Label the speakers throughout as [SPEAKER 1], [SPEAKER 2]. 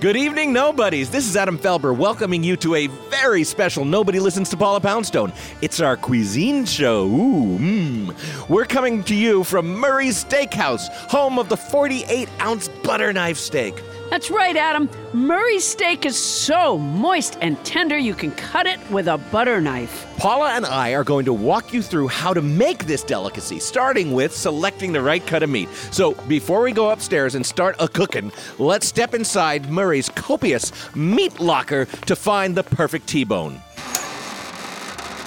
[SPEAKER 1] Good evening, nobodies. This is Adam Felber welcoming you to a very special Nobody Listens to Paula Poundstone. It's our cuisine show. Ooh, mmm. We're coming to you from Murray's Steakhouse, home of the 48 ounce butter knife steak.
[SPEAKER 2] That's right, Adam. Murray's steak is so moist and tender you can cut it with a butter knife.
[SPEAKER 1] Paula and I are going to walk you through how to make this delicacy, starting with selecting the right cut of meat. So, before we go upstairs and start a cooking, let's step inside Murray's copious meat locker to find the perfect T-bone.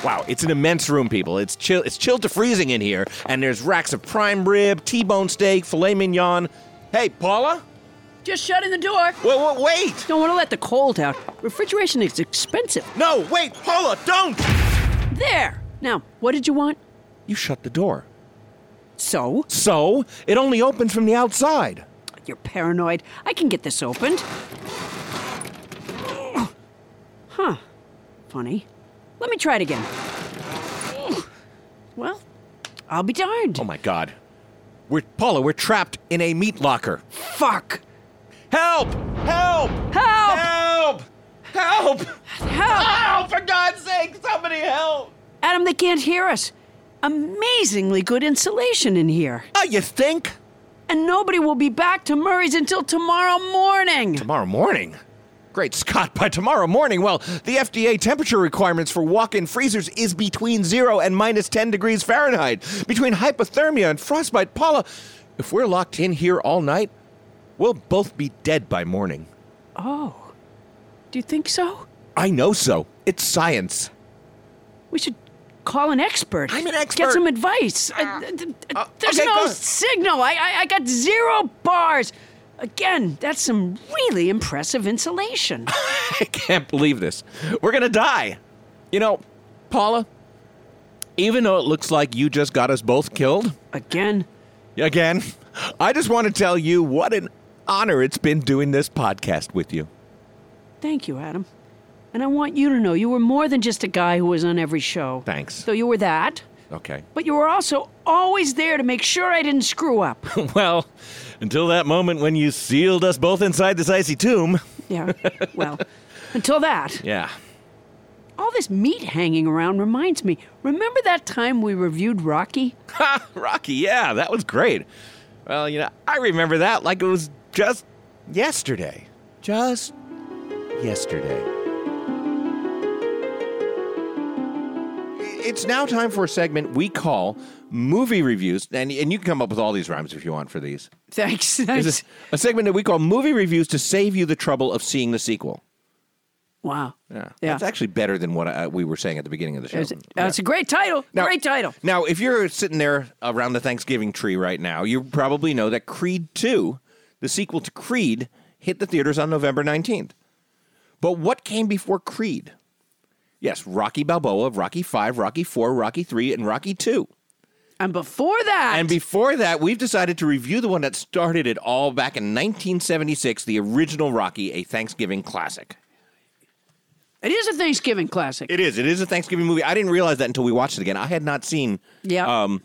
[SPEAKER 1] Wow, it's an immense room, people. It's chill. It's chilled to freezing in here, and there's racks of prime rib, T-bone steak, filet mignon. Hey, Paula.
[SPEAKER 2] Just shutting the door.
[SPEAKER 1] Wait, wait, wait!
[SPEAKER 2] Don't want to let the cold out. Refrigeration is expensive.
[SPEAKER 1] No, wait, Paula, don't!
[SPEAKER 2] There. Now, what did you want?
[SPEAKER 1] You shut the door.
[SPEAKER 2] So?
[SPEAKER 1] So it only opens from the outside.
[SPEAKER 2] You're paranoid. I can get this opened. Huh. Funny. Let me try it again. Well, I'll be darned.
[SPEAKER 1] Oh my God, we're Paula. We're trapped in a meat locker.
[SPEAKER 2] Fuck.
[SPEAKER 1] Help! Help!
[SPEAKER 2] Help!
[SPEAKER 1] Help! Help!
[SPEAKER 2] Help!
[SPEAKER 1] Help! For God's sake, somebody help!
[SPEAKER 2] Adam, they can't hear us. Amazingly good insulation in here.
[SPEAKER 1] Oh, you think?
[SPEAKER 2] And nobody will be back to Murray's until tomorrow morning.
[SPEAKER 1] Tomorrow morning. Great Scott, by tomorrow morning, well, the FDA temperature requirements for walk in freezers is between zero and minus 10 degrees Fahrenheit. Between hypothermia and frostbite, Paula, if we're locked in here all night, we'll both be dead by morning.
[SPEAKER 2] Oh. Do you think so?
[SPEAKER 1] I know so. It's science.
[SPEAKER 2] We should call an expert.
[SPEAKER 1] I'm an
[SPEAKER 2] Get
[SPEAKER 1] expert.
[SPEAKER 2] some advice. Uh, th- th- There's
[SPEAKER 1] okay,
[SPEAKER 2] no
[SPEAKER 1] go.
[SPEAKER 2] signal. I, I I got zero bars. Again, that's some really impressive insulation.
[SPEAKER 1] I can't believe this. We're gonna die. You know, Paula, even though it looks like you just got us both killed
[SPEAKER 2] Again,
[SPEAKER 1] again, I just want to tell you what an honor it's been doing this podcast with you.
[SPEAKER 2] thank you, Adam. And I want you to know you were more than just a guy who was on every show.
[SPEAKER 1] Thanks.
[SPEAKER 2] So you were that,
[SPEAKER 1] Okay.
[SPEAKER 2] but you were also always there to make sure I didn't screw up.
[SPEAKER 1] well, until that moment when you sealed us both inside this icy tomb.
[SPEAKER 2] yeah. Well, until that.
[SPEAKER 1] Yeah.
[SPEAKER 2] All this meat hanging around reminds me. Remember that time we reviewed Rocky?
[SPEAKER 1] Ha, Rocky, yeah, that was great. Well, you know, I remember that like it was just yesterday. Just yesterday. It's now time for a segment we call movie reviews, and, and you can come up with all these rhymes if you want for these.
[SPEAKER 2] Thanks.
[SPEAKER 1] It's a, a segment that we call movie reviews to save you the trouble of seeing the sequel.
[SPEAKER 2] Wow.
[SPEAKER 1] Yeah,
[SPEAKER 2] Yeah.
[SPEAKER 1] that's actually better than what uh, we were saying at the beginning of the show.
[SPEAKER 2] It's,
[SPEAKER 1] Yeah.
[SPEAKER 2] a great title.
[SPEAKER 1] Now-
[SPEAKER 2] great title.
[SPEAKER 1] Now, if you're sitting there around the Thanksgiving tree right now, you probably know that Creed 2, the sequel to Creed, hit the theaters on November 19th. But what came before Creed? Yes, Rocky Balboa, Rocky 5, Rocky 4, Rocky 3, and Rocky 2.
[SPEAKER 2] And before that,
[SPEAKER 1] And before that, we've decided to review the one that started it all back in 1976, the original Rocky, a Thanksgiving classic.
[SPEAKER 2] it is a Thanksgiving classic.
[SPEAKER 1] It is. It is a Thanksgiving movie. I didn't realize that until we watched it again. I had not seen.
[SPEAKER 2] Yeah.
[SPEAKER 1] Um,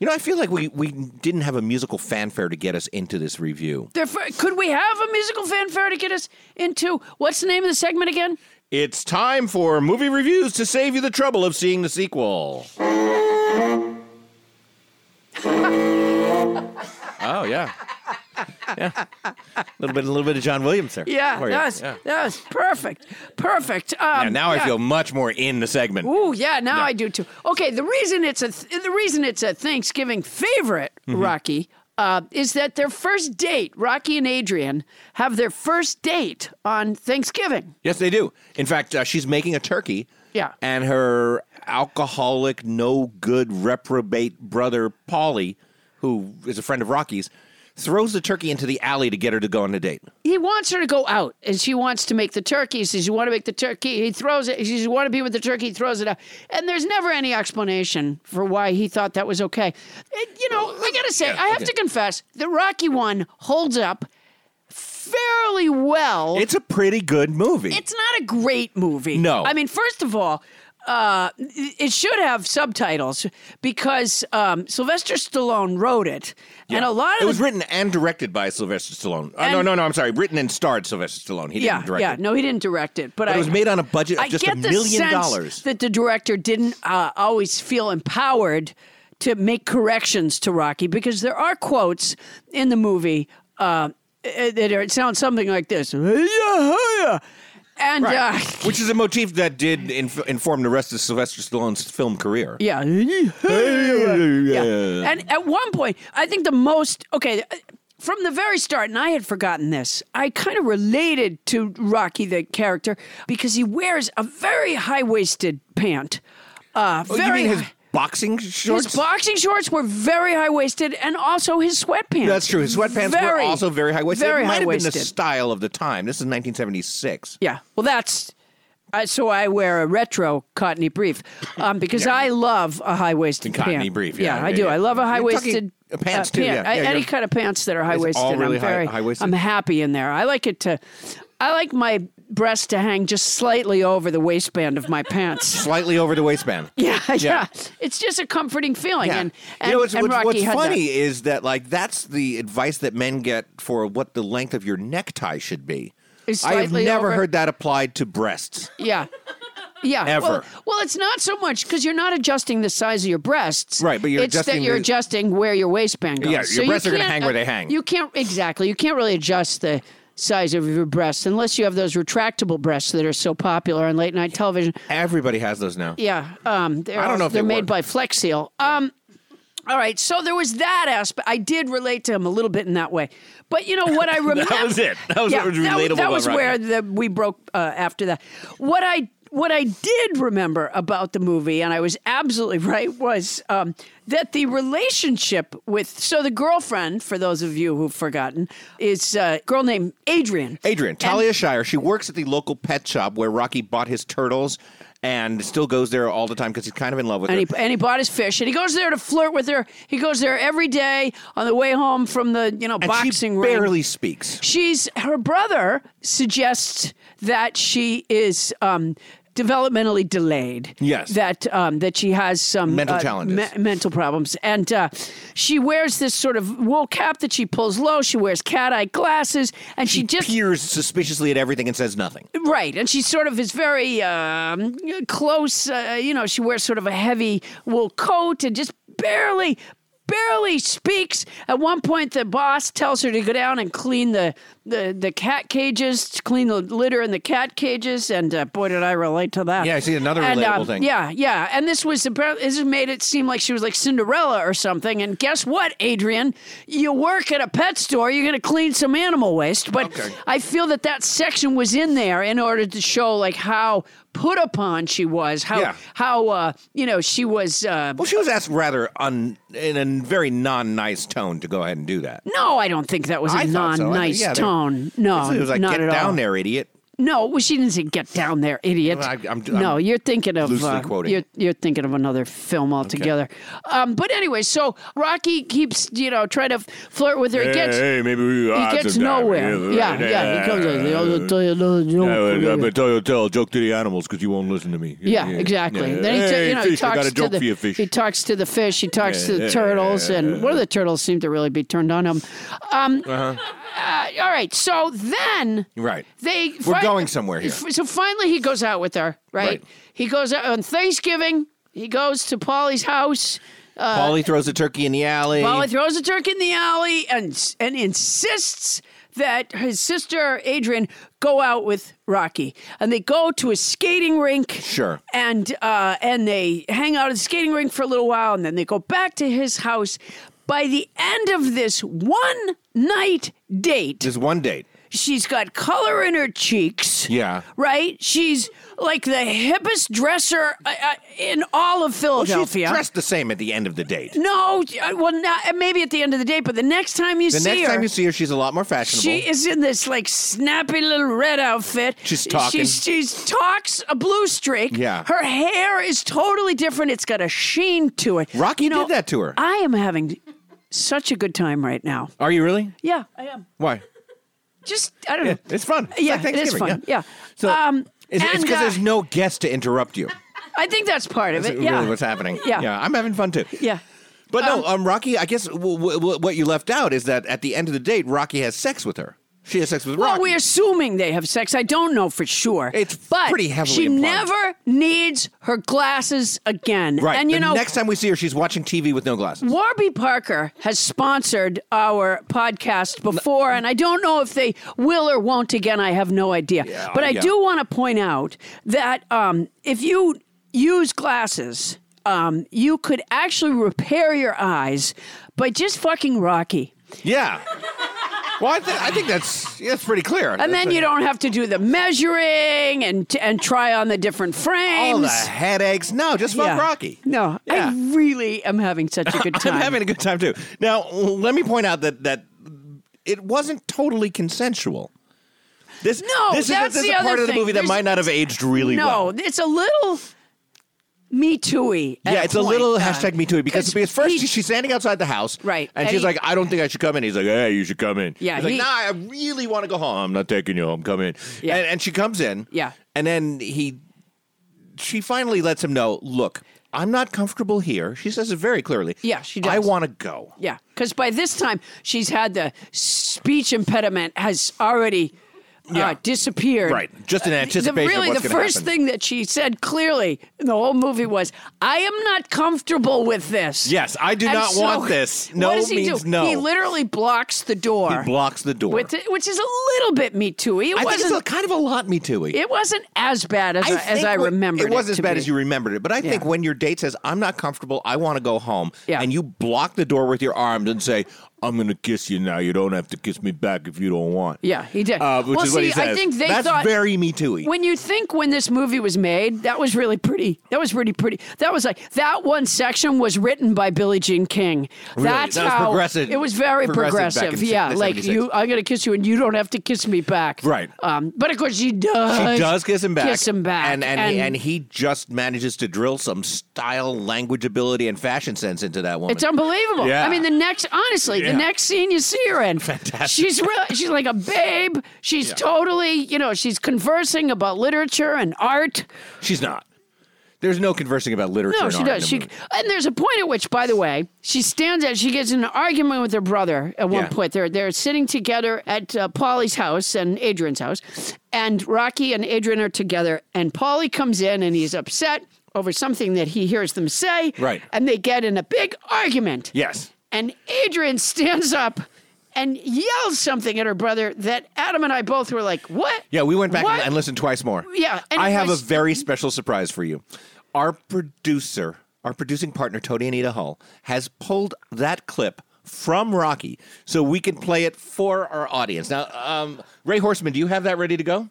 [SPEAKER 1] you know, I feel like we, we didn't have a musical fanfare to get us into this review.
[SPEAKER 2] Therefore, could we have a musical fanfare to get us into what's the name of the segment again?
[SPEAKER 1] It's time for movie reviews to save you the trouble of seeing the sequel. oh yeah, yeah. A little bit, a little bit of John Williams there.
[SPEAKER 2] Oh, Yeah,
[SPEAKER 1] For you.
[SPEAKER 2] yes,
[SPEAKER 1] Yeah.
[SPEAKER 2] yes, perfect, perfect. Um,
[SPEAKER 1] Yeah, now I
[SPEAKER 2] yeah.
[SPEAKER 1] feel much more in the segment.
[SPEAKER 2] Ooh, yeah, now
[SPEAKER 1] Mm-hmm.
[SPEAKER 2] I do too. Okay, the reason it's a th- the reason it's a Thanksgiving favorite, Rocky, uh, is that their first date, Rocky and Adrian have their first date on Thanksgiving.
[SPEAKER 1] Yes, they do. In fact, uh, she's making a turkey.
[SPEAKER 2] Yeah.
[SPEAKER 1] And her alcoholic, no good, reprobate brother, Polly, who is a friend of Rocky's, throws the turkey into the alley to get her to go on a date.
[SPEAKER 2] He wants her to go out, and she wants to make the turkey. He says, "You want to make the turkey?" He throws it. She says, "You want to be with the turkey?" He throws it out, and there's never any explanation for why he thought that was okay. And, you know, I gotta say, I have to confess, the Rocky one holds up fairly well.
[SPEAKER 1] It's a pretty good movie.
[SPEAKER 2] It's not a great movie.
[SPEAKER 1] No.
[SPEAKER 2] I mean, first of all, uh, it should have subtitles because um, Sylvester Stallone wrote it, and a lot of
[SPEAKER 1] it was
[SPEAKER 2] the-
[SPEAKER 1] written and directed by Sylvester Stallone. Uh, no,
[SPEAKER 2] And-
[SPEAKER 1] no, no. I'm sorry. Written and starred Sylvester Stallone. He
[SPEAKER 2] yeah,
[SPEAKER 1] didn't direct
[SPEAKER 2] yeah.
[SPEAKER 1] it.
[SPEAKER 2] No, he didn't direct it, but,
[SPEAKER 1] But
[SPEAKER 2] I,
[SPEAKER 1] it was made on a budget of
[SPEAKER 2] I
[SPEAKER 1] just
[SPEAKER 2] get
[SPEAKER 1] a
[SPEAKER 2] the
[SPEAKER 1] million
[SPEAKER 2] sense
[SPEAKER 1] dollars.
[SPEAKER 2] that the director didn't uh, always feel empowered to make corrections to Rocky because there are quotes in the movie uh, eh, that are, sound something like this, and uh,
[SPEAKER 1] Which is a motif that did inf- inform the rest of Sylvester Stallone's film career.
[SPEAKER 2] yeah, yeah. And at one point, I think the most okay uh, from the very start, and I had forgotten this. I kind of related to Rocky the character because he wears a very high waisted pant. Uh,
[SPEAKER 1] Oh, you
[SPEAKER 2] very
[SPEAKER 1] mean his
[SPEAKER 2] high-
[SPEAKER 1] boxing shorts?
[SPEAKER 2] his boxing shorts were very high waisted, and also his sweatpants.
[SPEAKER 1] That's true. His sweatpants were
[SPEAKER 2] Very,
[SPEAKER 1] also very high waisted.
[SPEAKER 2] Very
[SPEAKER 1] it might
[SPEAKER 2] high
[SPEAKER 1] have
[SPEAKER 2] waisted.
[SPEAKER 1] been the style of the time. This is 1976.
[SPEAKER 2] Yeah. Well, that's. I so I wear a retro cottony brief um, because I love a high waisted
[SPEAKER 1] cottony
[SPEAKER 2] pant.
[SPEAKER 1] brief, yeah,
[SPEAKER 2] I
[SPEAKER 1] yeah,
[SPEAKER 2] do.
[SPEAKER 1] yeah.
[SPEAKER 2] I love a
[SPEAKER 1] You're
[SPEAKER 2] high
[SPEAKER 1] talking,
[SPEAKER 2] waisted
[SPEAKER 1] uh, pants, too, yeah,
[SPEAKER 2] I-
[SPEAKER 1] yeah,
[SPEAKER 2] any
[SPEAKER 1] yeah.
[SPEAKER 2] kind of pants that are high waisted.
[SPEAKER 1] all really
[SPEAKER 2] I'm
[SPEAKER 1] high-
[SPEAKER 2] very,
[SPEAKER 1] high-waisted.
[SPEAKER 2] I'm happy in there. I like it to. I like my breast to hang just slightly over the waistband of my pants.
[SPEAKER 1] Slightly over the waistband.
[SPEAKER 2] Yeah, yeah,
[SPEAKER 1] Yeah.
[SPEAKER 2] It's just a comforting feeling, and, and
[SPEAKER 1] you know what's,
[SPEAKER 2] and
[SPEAKER 1] what's-
[SPEAKER 2] Rocky
[SPEAKER 1] what's
[SPEAKER 2] had that.
[SPEAKER 1] funny is that like that's the advice that men get for what the length of your necktie should be.
[SPEAKER 2] Is
[SPEAKER 1] I have
[SPEAKER 2] slightly
[SPEAKER 1] never
[SPEAKER 2] over.
[SPEAKER 1] heard that applied to breasts.
[SPEAKER 2] Yeah. Yeah.
[SPEAKER 1] Ever.
[SPEAKER 2] Well, well, it's not so much because you're not adjusting the size of your breasts.
[SPEAKER 1] Right, but you're
[SPEAKER 2] it's
[SPEAKER 1] adjusting
[SPEAKER 2] that you're
[SPEAKER 1] the-
[SPEAKER 2] adjusting where your waistband goes.
[SPEAKER 1] Yeah, your
[SPEAKER 2] So you
[SPEAKER 1] breasts are gonna
[SPEAKER 2] can't-
[SPEAKER 1] hang where they hang.
[SPEAKER 2] You can't exactly. You can't really adjust the size of your breasts unless you have those retractable breasts that are so popular on late night television.
[SPEAKER 1] Everybody has those now.
[SPEAKER 2] Yeah. Um, they're
[SPEAKER 1] I don't know if
[SPEAKER 2] they're
[SPEAKER 1] they
[SPEAKER 2] made
[SPEAKER 1] work.
[SPEAKER 2] by Flex Seal. Um, all right. So there was that aspect. I did relate to him a little bit in that way. But you know what I remember?
[SPEAKER 1] was it. That was what was relatable
[SPEAKER 2] That
[SPEAKER 1] about
[SPEAKER 2] was
[SPEAKER 1] Rocky.
[SPEAKER 2] where the, we broke uh, after that. What I what I did remember about the movie, and I was absolutely right, was um, that the relationship with so the girlfriend, for those of you who've forgotten, is uh, a girl named Adrian.
[SPEAKER 1] Adrian, Talia Shire, she works at the local pet shop where Rocky bought his turtles and still goes there all the time because he's kind of in love with
[SPEAKER 2] and
[SPEAKER 1] her.
[SPEAKER 2] he, and he bought his fish and he goes there to flirt with her he goes there every day on the way home from the you know
[SPEAKER 1] and
[SPEAKER 2] boxing
[SPEAKER 1] she
[SPEAKER 2] ring
[SPEAKER 1] barely speaks.
[SPEAKER 2] she's her brother suggests that she is um developmentally delayed
[SPEAKER 1] Yes.
[SPEAKER 2] that um that she has some
[SPEAKER 1] Mental
[SPEAKER 2] uh,
[SPEAKER 1] challenges.
[SPEAKER 2] mental problems and uh she wears this sort of wool cap that she pulls low she wears cat eye glasses and she, just
[SPEAKER 1] Peers suspiciously at everything and says nothing.
[SPEAKER 2] Right, and she sort of is very um, close. Uh, you know, she wears sort of a heavy wool coat and just barely, barely speaks. At one point, the boss tells her to go down and clean the the, the cat cages, to clean the litter in the cat cages. And uh, boy, did I relate to that.
[SPEAKER 1] Yeah, I see another
[SPEAKER 2] and,
[SPEAKER 1] relatable
[SPEAKER 2] um,
[SPEAKER 1] thing.
[SPEAKER 2] Yeah, yeah, and this was apparently this made it seem like she was like Cinderella or something. And guess what, Adrian? You work at a pet store. You're going to clean some animal waste, but.
[SPEAKER 1] Okay.
[SPEAKER 2] I feel that that section was in there in order to show like how put upon she was, how
[SPEAKER 1] Yeah.
[SPEAKER 2] how uh, you know she was. Uh,
[SPEAKER 1] Well, she was asked rather un, in a very non nice tone to go ahead and do that.
[SPEAKER 2] no, I don't think that was a
[SPEAKER 1] I thought so. I-
[SPEAKER 2] non-nice
[SPEAKER 1] yeah, they-
[SPEAKER 2] tone. No,
[SPEAKER 1] It was like,
[SPEAKER 2] not
[SPEAKER 1] get
[SPEAKER 2] at
[SPEAKER 1] down
[SPEAKER 2] all.
[SPEAKER 1] there, idiot.
[SPEAKER 2] No, well, she didn't say "get down there, idiot."
[SPEAKER 1] Well, I- I'm-
[SPEAKER 2] no,
[SPEAKER 1] I'm
[SPEAKER 2] you're thinking of
[SPEAKER 1] loosely
[SPEAKER 2] uh,
[SPEAKER 1] quoting.
[SPEAKER 2] You're, you're thinking of another film altogether. Um, but anyway, so Rocky keeps you know trying to flirt with her. He gets
[SPEAKER 1] maybe we
[SPEAKER 2] he gets nowhere. Yeah, yeah. He comes. like, "I'll tell you another
[SPEAKER 1] uh,
[SPEAKER 2] joke."
[SPEAKER 1] tell, tell a joke to the animals because you won't listen to me.
[SPEAKER 2] Yeah, exactly. Then he, ta- you know, he talks to the he talks to the fish. He talks to the turtles, and one of the turtles seemed to really be turned on him. Um, uh, all right, so then
[SPEAKER 1] Uh-huh. Right.
[SPEAKER 2] they
[SPEAKER 1] We're
[SPEAKER 2] fi-
[SPEAKER 1] going somewhere here.
[SPEAKER 2] f- So finally, he goes out with her. Right,
[SPEAKER 1] Right.
[SPEAKER 2] he goes out on Thanksgiving. He goes to Polly's house. Uh,
[SPEAKER 1] Polly throws a turkey in the alley.
[SPEAKER 2] Polly throws a turkey in the alley and and insists that his sister Adrian go out with Rocky, and they go to a skating rink.
[SPEAKER 1] Sure.
[SPEAKER 2] And uh, and they hang out at the skating rink for a little while, and then they go back to his house. By the end of this one night date,
[SPEAKER 1] There's one date.
[SPEAKER 2] She's got color in her cheeks.
[SPEAKER 1] Yeah.
[SPEAKER 2] Right? She's like the hippest dresser uh, uh, in all of
[SPEAKER 1] She's
[SPEAKER 2] Philadelphia.
[SPEAKER 1] dressed the same at the end of the date.
[SPEAKER 2] no, uh, well, not, uh, maybe at the end of the day, but the next time you
[SPEAKER 1] The
[SPEAKER 2] see
[SPEAKER 1] next
[SPEAKER 2] her,
[SPEAKER 1] time you see her, she's a lot more fashionable.
[SPEAKER 2] she is in this like snappy little red outfit.
[SPEAKER 1] She's talking.
[SPEAKER 2] She's, she's talks a blue streak.
[SPEAKER 1] Yeah.
[SPEAKER 2] Her hair is totally different. It's got a sheen to it.
[SPEAKER 1] Rocky
[SPEAKER 2] you know,
[SPEAKER 1] did that to her.
[SPEAKER 2] I am having such a good time right now.
[SPEAKER 1] Are you really?
[SPEAKER 2] Yeah, I am.
[SPEAKER 1] Why?
[SPEAKER 2] Just I don't
[SPEAKER 1] Yeah,
[SPEAKER 2] know.
[SPEAKER 1] it's fun. It's
[SPEAKER 2] Yeah,
[SPEAKER 1] like
[SPEAKER 2] it is
[SPEAKER 1] Thanksgiving,
[SPEAKER 2] fun. Yeah.
[SPEAKER 1] So
[SPEAKER 2] Um,
[SPEAKER 1] it's
[SPEAKER 2] and,
[SPEAKER 1] because
[SPEAKER 2] uh,
[SPEAKER 1] there's no guest to interrupt you.
[SPEAKER 2] I think that's part of
[SPEAKER 1] That's
[SPEAKER 2] it. Yeah.
[SPEAKER 1] really what's happening.
[SPEAKER 2] Yeah.
[SPEAKER 1] yeah, I'm having fun too.
[SPEAKER 2] Yeah.
[SPEAKER 1] But no,
[SPEAKER 2] Oh.
[SPEAKER 1] um, Rocky. I guess w- w- what you left out is that at the end of the date, Rocky has sex with her. She has sex with
[SPEAKER 2] Well,
[SPEAKER 1] Rocky.
[SPEAKER 2] we're assuming they have sex. I don't know for sure.
[SPEAKER 1] It's
[SPEAKER 2] but
[SPEAKER 1] pretty heavily
[SPEAKER 2] She
[SPEAKER 1] implied.
[SPEAKER 2] never needs her glasses again.
[SPEAKER 1] right.
[SPEAKER 2] And you
[SPEAKER 1] the
[SPEAKER 2] know,
[SPEAKER 1] next time we see her, she's watching TV with no glasses.
[SPEAKER 2] Warby Parker has sponsored our podcast before, and I don't know if they will or won't again. I have no idea.
[SPEAKER 1] Yeah,
[SPEAKER 2] but I
[SPEAKER 1] yeah.
[SPEAKER 2] do want to point out that um, if you use glasses, um, you could actually repair your eyes by just fucking Rocky.
[SPEAKER 1] Yeah. Well, I, th- I think that's yeah, that's pretty clear.
[SPEAKER 2] And then you don't have to do the measuring and and try on the different frames.
[SPEAKER 1] all the headaches. No, just fuck
[SPEAKER 2] Yeah.
[SPEAKER 1] Rocky.
[SPEAKER 2] No,
[SPEAKER 1] Yeah.
[SPEAKER 2] I really am having such a good time.
[SPEAKER 1] I'm having a good time too. Now, let me point out that that it wasn't totally consensual. This
[SPEAKER 2] No,
[SPEAKER 1] this
[SPEAKER 2] that's
[SPEAKER 1] is, this
[SPEAKER 2] the
[SPEAKER 1] is a
[SPEAKER 2] other
[SPEAKER 1] part of the
[SPEAKER 2] thing.
[SPEAKER 1] movie that
[SPEAKER 2] There's-
[SPEAKER 1] might not have aged really well.
[SPEAKER 2] no, it's a little me too-y. at
[SPEAKER 1] Yeah,
[SPEAKER 2] a
[SPEAKER 1] it's a
[SPEAKER 2] point.
[SPEAKER 1] little
[SPEAKER 2] Uh,
[SPEAKER 1] hashtag me too because, because first
[SPEAKER 2] he-
[SPEAKER 1] she- she's standing outside the house,
[SPEAKER 2] Right,
[SPEAKER 1] And,
[SPEAKER 2] and
[SPEAKER 1] she's
[SPEAKER 2] he-
[SPEAKER 1] like, "I don't think I should come in." He's like, "Hey, you should come in."
[SPEAKER 2] Yeah,
[SPEAKER 1] he's
[SPEAKER 2] he-
[SPEAKER 1] like, "Nah, I really want to go home. I'm not taking you home. Come in."
[SPEAKER 2] Yeah.
[SPEAKER 1] and, and she comes in.
[SPEAKER 2] Yeah.
[SPEAKER 1] and then he, she finally lets him know, "Look, I'm not comfortable here." She says it very clearly.
[SPEAKER 2] Yeah, she
[SPEAKER 1] I
[SPEAKER 2] does.
[SPEAKER 1] want to go.
[SPEAKER 2] Yeah, because by this time she's had the speech impediment has already uh,
[SPEAKER 1] Yeah.
[SPEAKER 2] disappeared.
[SPEAKER 1] Right, just in
[SPEAKER 2] Uh, The-
[SPEAKER 1] anticipation of
[SPEAKER 2] The, really,
[SPEAKER 1] what's
[SPEAKER 2] the
[SPEAKER 1] gonna
[SPEAKER 2] first
[SPEAKER 1] happen.
[SPEAKER 2] thing that she said clearly in the whole movie was, "I am not comfortable with this."
[SPEAKER 1] Yes, I do
[SPEAKER 2] And
[SPEAKER 1] not
[SPEAKER 2] so,
[SPEAKER 1] want this. No
[SPEAKER 2] what does he
[SPEAKER 1] means
[SPEAKER 2] do?
[SPEAKER 1] no.
[SPEAKER 2] He literally blocks the door.
[SPEAKER 1] He blocks the door.
[SPEAKER 2] with it, which is a little bit me too. It
[SPEAKER 1] I think it's
[SPEAKER 2] wasn't.
[SPEAKER 1] a, kind of a lot me too.
[SPEAKER 2] it wasn't as bad as I, as
[SPEAKER 1] think
[SPEAKER 2] I
[SPEAKER 1] what-
[SPEAKER 2] remembered.
[SPEAKER 1] It wasn't as
[SPEAKER 2] to
[SPEAKER 1] bad
[SPEAKER 2] be.
[SPEAKER 1] as you remembered it, but I think when your date says, "I'm not comfortable, I want to go home,"
[SPEAKER 2] Yeah.
[SPEAKER 1] and you block the door with your arms and say, "I'm going to kiss you now. You don't have to kiss me back if you don't want."
[SPEAKER 2] Yeah, he did.
[SPEAKER 1] Uh, which
[SPEAKER 2] well,
[SPEAKER 1] is
[SPEAKER 2] see,
[SPEAKER 1] what he
[SPEAKER 2] I
[SPEAKER 1] says.
[SPEAKER 2] think they
[SPEAKER 1] That's
[SPEAKER 2] thought
[SPEAKER 1] very me too-y.
[SPEAKER 2] When you think when this movie was made, that was really pretty. That was really pretty. That was like that one section was written by Billie Jean King.
[SPEAKER 1] Really?
[SPEAKER 2] That's
[SPEAKER 1] That was
[SPEAKER 2] how
[SPEAKER 1] progressive-
[SPEAKER 2] it was very
[SPEAKER 1] progressive back
[SPEAKER 2] progressive.
[SPEAKER 1] in
[SPEAKER 2] yeah,
[SPEAKER 1] se-
[SPEAKER 2] like
[SPEAKER 1] 76.
[SPEAKER 2] you, I'm gonna kiss you and you don't have to kiss me back.
[SPEAKER 1] Right.
[SPEAKER 2] Um, but of course she does.
[SPEAKER 1] She does kiss him back.
[SPEAKER 2] Kiss him back.
[SPEAKER 1] And and, he, and he just manages to drill some style, language ability, and fashion sense into that woman.
[SPEAKER 2] It's unbelievable.
[SPEAKER 1] Yeah.
[SPEAKER 2] I mean, the next, honestly,
[SPEAKER 1] Yeah.
[SPEAKER 2] the next scene you see her in, fantastic. She's real. She's like a babe. She's totally, you know, she's conversing about literature and art.
[SPEAKER 1] She's not. There's no conversing about literature.
[SPEAKER 2] No,
[SPEAKER 1] and
[SPEAKER 2] she
[SPEAKER 1] art in
[SPEAKER 2] does.
[SPEAKER 1] the
[SPEAKER 2] She
[SPEAKER 1] movie.
[SPEAKER 2] and there's a point at which, by the way, she stands out. She gets in an argument with her brother at one
[SPEAKER 1] Yeah.
[SPEAKER 2] point. They're they're sitting together at uh, Polly's house and Adrian's house, and Rocky and Adrian are together. And Polly comes in and he's upset over something that he hears them say.
[SPEAKER 1] Right.
[SPEAKER 2] and they get in a big argument.
[SPEAKER 1] Yes.
[SPEAKER 2] And Adrian stands up and yells something at her brother that Adam and I both were like, "What?"
[SPEAKER 1] Yeah, we went back
[SPEAKER 2] What?
[SPEAKER 1] and, and listened twice more.
[SPEAKER 2] Yeah, and
[SPEAKER 1] I
[SPEAKER 2] it
[SPEAKER 1] have
[SPEAKER 2] was-
[SPEAKER 1] a very special surprise for you. Our producer, our producing partner, Tony Anita Hull, has pulled that clip from Rocky so we can play it for our audience. Now, um, Ray Horseman, do you have that ready to go?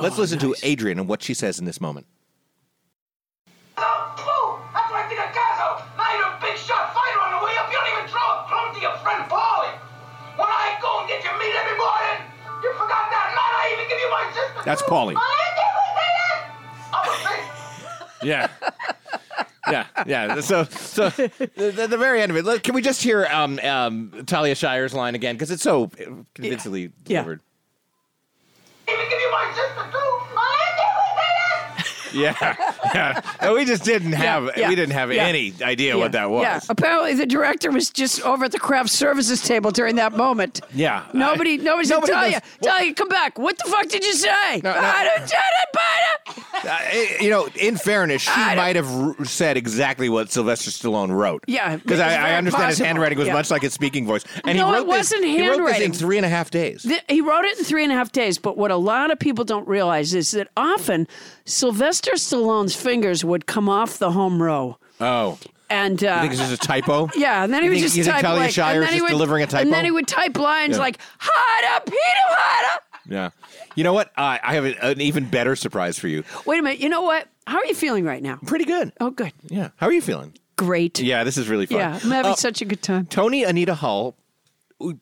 [SPEAKER 1] Let's listen to Adrian and what she says in this moment.
[SPEAKER 3] Oh, oh, that's why I think I got out. Now you're a big shot fighter on the way up. You don't even throw a plum to your friend Polly. When I go and get your meat every morning, you forgot that night I even give you my sister.
[SPEAKER 1] That's Paulie.
[SPEAKER 3] I ain't never say that. I'm a big.
[SPEAKER 1] Yeah. Yeah, yeah. So, so the, the, the very end of it. Let, can we just hear um, um, Talia Shire's line again? Because it's so convincingly
[SPEAKER 2] Yeah.
[SPEAKER 1] delivered.
[SPEAKER 3] Even give you my sister too. I ain't never say that.
[SPEAKER 1] Yeah, yeah. And we just didn't have
[SPEAKER 2] yeah,
[SPEAKER 1] we didn't have
[SPEAKER 2] yeah.
[SPEAKER 1] any idea what that
[SPEAKER 2] Yeah.
[SPEAKER 1] was.
[SPEAKER 2] Apparently, the director was just over at the craft services table during that moment.
[SPEAKER 1] Yeah,
[SPEAKER 2] Nobody,
[SPEAKER 1] I-
[SPEAKER 2] nobody, said,
[SPEAKER 1] nobody
[SPEAKER 2] tell
[SPEAKER 1] knows-
[SPEAKER 2] you,
[SPEAKER 1] Well-
[SPEAKER 2] tell you, come back. What the fuck did you say?
[SPEAKER 1] No, no.
[SPEAKER 2] I don't did it, Biden.
[SPEAKER 1] Uh, it- you know, in fairness, she
[SPEAKER 2] I don't-
[SPEAKER 1] might have r- said exactly what Sylvester Stallone wrote.
[SPEAKER 2] Yeah,
[SPEAKER 1] because I,
[SPEAKER 2] it's
[SPEAKER 1] I
[SPEAKER 2] very
[SPEAKER 1] understand his
[SPEAKER 2] possible.
[SPEAKER 1] handwriting was
[SPEAKER 2] Yeah.
[SPEAKER 1] much like his speaking voice. And
[SPEAKER 2] No,
[SPEAKER 1] he
[SPEAKER 2] it
[SPEAKER 1] wrote
[SPEAKER 2] wasn't
[SPEAKER 1] this, He wrote this in
[SPEAKER 2] handwriting.
[SPEAKER 1] three and a half days.
[SPEAKER 2] Th- He wrote it in three and a half days, but what a lot of people don't realize is that often Sylvester Stallone's fingers would come off the home row.
[SPEAKER 1] oh,
[SPEAKER 4] And uh,
[SPEAKER 3] I think it's just a typo.
[SPEAKER 4] yeah, and then he
[SPEAKER 3] You
[SPEAKER 4] would
[SPEAKER 3] think-
[SPEAKER 4] just
[SPEAKER 3] you think
[SPEAKER 4] type
[SPEAKER 3] Talia
[SPEAKER 4] like,
[SPEAKER 3] Shire
[SPEAKER 4] and
[SPEAKER 3] is
[SPEAKER 4] then he
[SPEAKER 3] just
[SPEAKER 4] would,
[SPEAKER 3] delivering a typo.
[SPEAKER 4] and then he would type lines
[SPEAKER 3] Yeah.
[SPEAKER 4] like "Harder, Peter, harder."
[SPEAKER 3] yeah. You know what? I I have an even better surprise for you.
[SPEAKER 4] Wait a minute. You know what? How are you feeling right now?
[SPEAKER 3] Pretty good.
[SPEAKER 4] Oh, good,
[SPEAKER 3] Yeah. How are you feeling?
[SPEAKER 4] great.
[SPEAKER 3] Yeah, this is really fun.
[SPEAKER 4] Yeah, I'm having
[SPEAKER 3] Uh,
[SPEAKER 4] such a good time.
[SPEAKER 3] Tony Anita Hull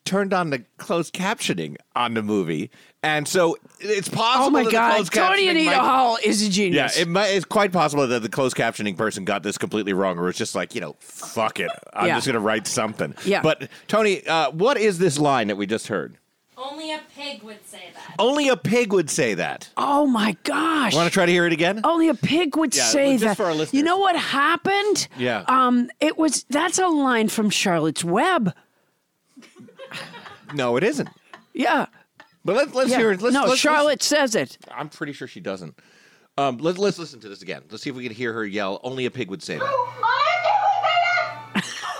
[SPEAKER 3] turned on the closed captioning on the movie, and so it's possible.
[SPEAKER 4] Oh my
[SPEAKER 3] that the
[SPEAKER 4] God,
[SPEAKER 3] closed
[SPEAKER 4] Tony
[SPEAKER 3] captioning
[SPEAKER 4] Anita
[SPEAKER 3] might-
[SPEAKER 4] Hall is a
[SPEAKER 3] Yeah,
[SPEAKER 4] genius.
[SPEAKER 3] it might, it's quite possible that the closed captioning person got this completely wrong, or it's just like you know, fuck it, I'm
[SPEAKER 4] Yeah.
[SPEAKER 3] just gonna write something.
[SPEAKER 4] Yeah.
[SPEAKER 3] But Tony, uh, what is this line that we just heard?
[SPEAKER 5] Only a pig would say that.
[SPEAKER 3] Only a pig would say that.
[SPEAKER 4] oh my gosh.
[SPEAKER 3] Want to try to hear it again?
[SPEAKER 4] Only a pig would
[SPEAKER 3] Yeah,
[SPEAKER 4] say
[SPEAKER 3] just
[SPEAKER 4] that.
[SPEAKER 3] for our listeners.
[SPEAKER 4] You know what happened?
[SPEAKER 3] Yeah.
[SPEAKER 4] Um, it was that's a line from Charlotte's Web.
[SPEAKER 3] No, it isn't.
[SPEAKER 4] Yeah.
[SPEAKER 3] But let's let's
[SPEAKER 4] yeah.
[SPEAKER 3] hear it. Let's,
[SPEAKER 4] no,
[SPEAKER 3] let's- let's-
[SPEAKER 4] Charlotte says it.
[SPEAKER 3] I'm pretty sure she doesn't. Um, let, let's listen to this again. Let's see if we can hear her yell. Only a pig would say that.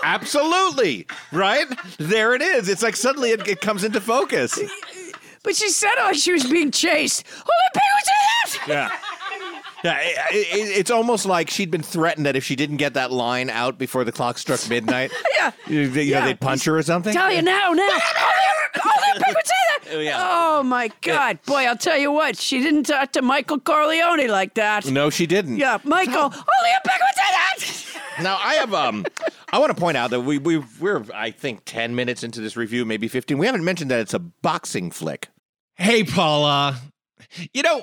[SPEAKER 3] Absolutely, right? There it is. It's like suddenly it, it comes into focus.
[SPEAKER 4] But she said it like she was being chased. Only a pig would say that.
[SPEAKER 3] Yeah. Yeah, it, it, it's almost like she'd been threatened that if she didn't get that line out before the clock struck midnight,
[SPEAKER 4] Yeah.
[SPEAKER 3] you, you know,
[SPEAKER 4] Yeah.
[SPEAKER 3] they'd punch her or something.
[SPEAKER 4] Tell you now, now. Only a- only a pig would say that.
[SPEAKER 3] Oh, yeah.
[SPEAKER 4] Oh my God, boy! I'll tell you what. She didn't talk to Michael Corleone like that.
[SPEAKER 1] Mm.
[SPEAKER 3] No, she didn't.
[SPEAKER 4] Yeah, Michael. Only a pig would say that.
[SPEAKER 3] Now I have um, I want to point out that we we we're I think ten minutes into this review, maybe fifteen. We haven't mentioned that it's a boxing flick.
[SPEAKER 1] Hey, Paula. You know,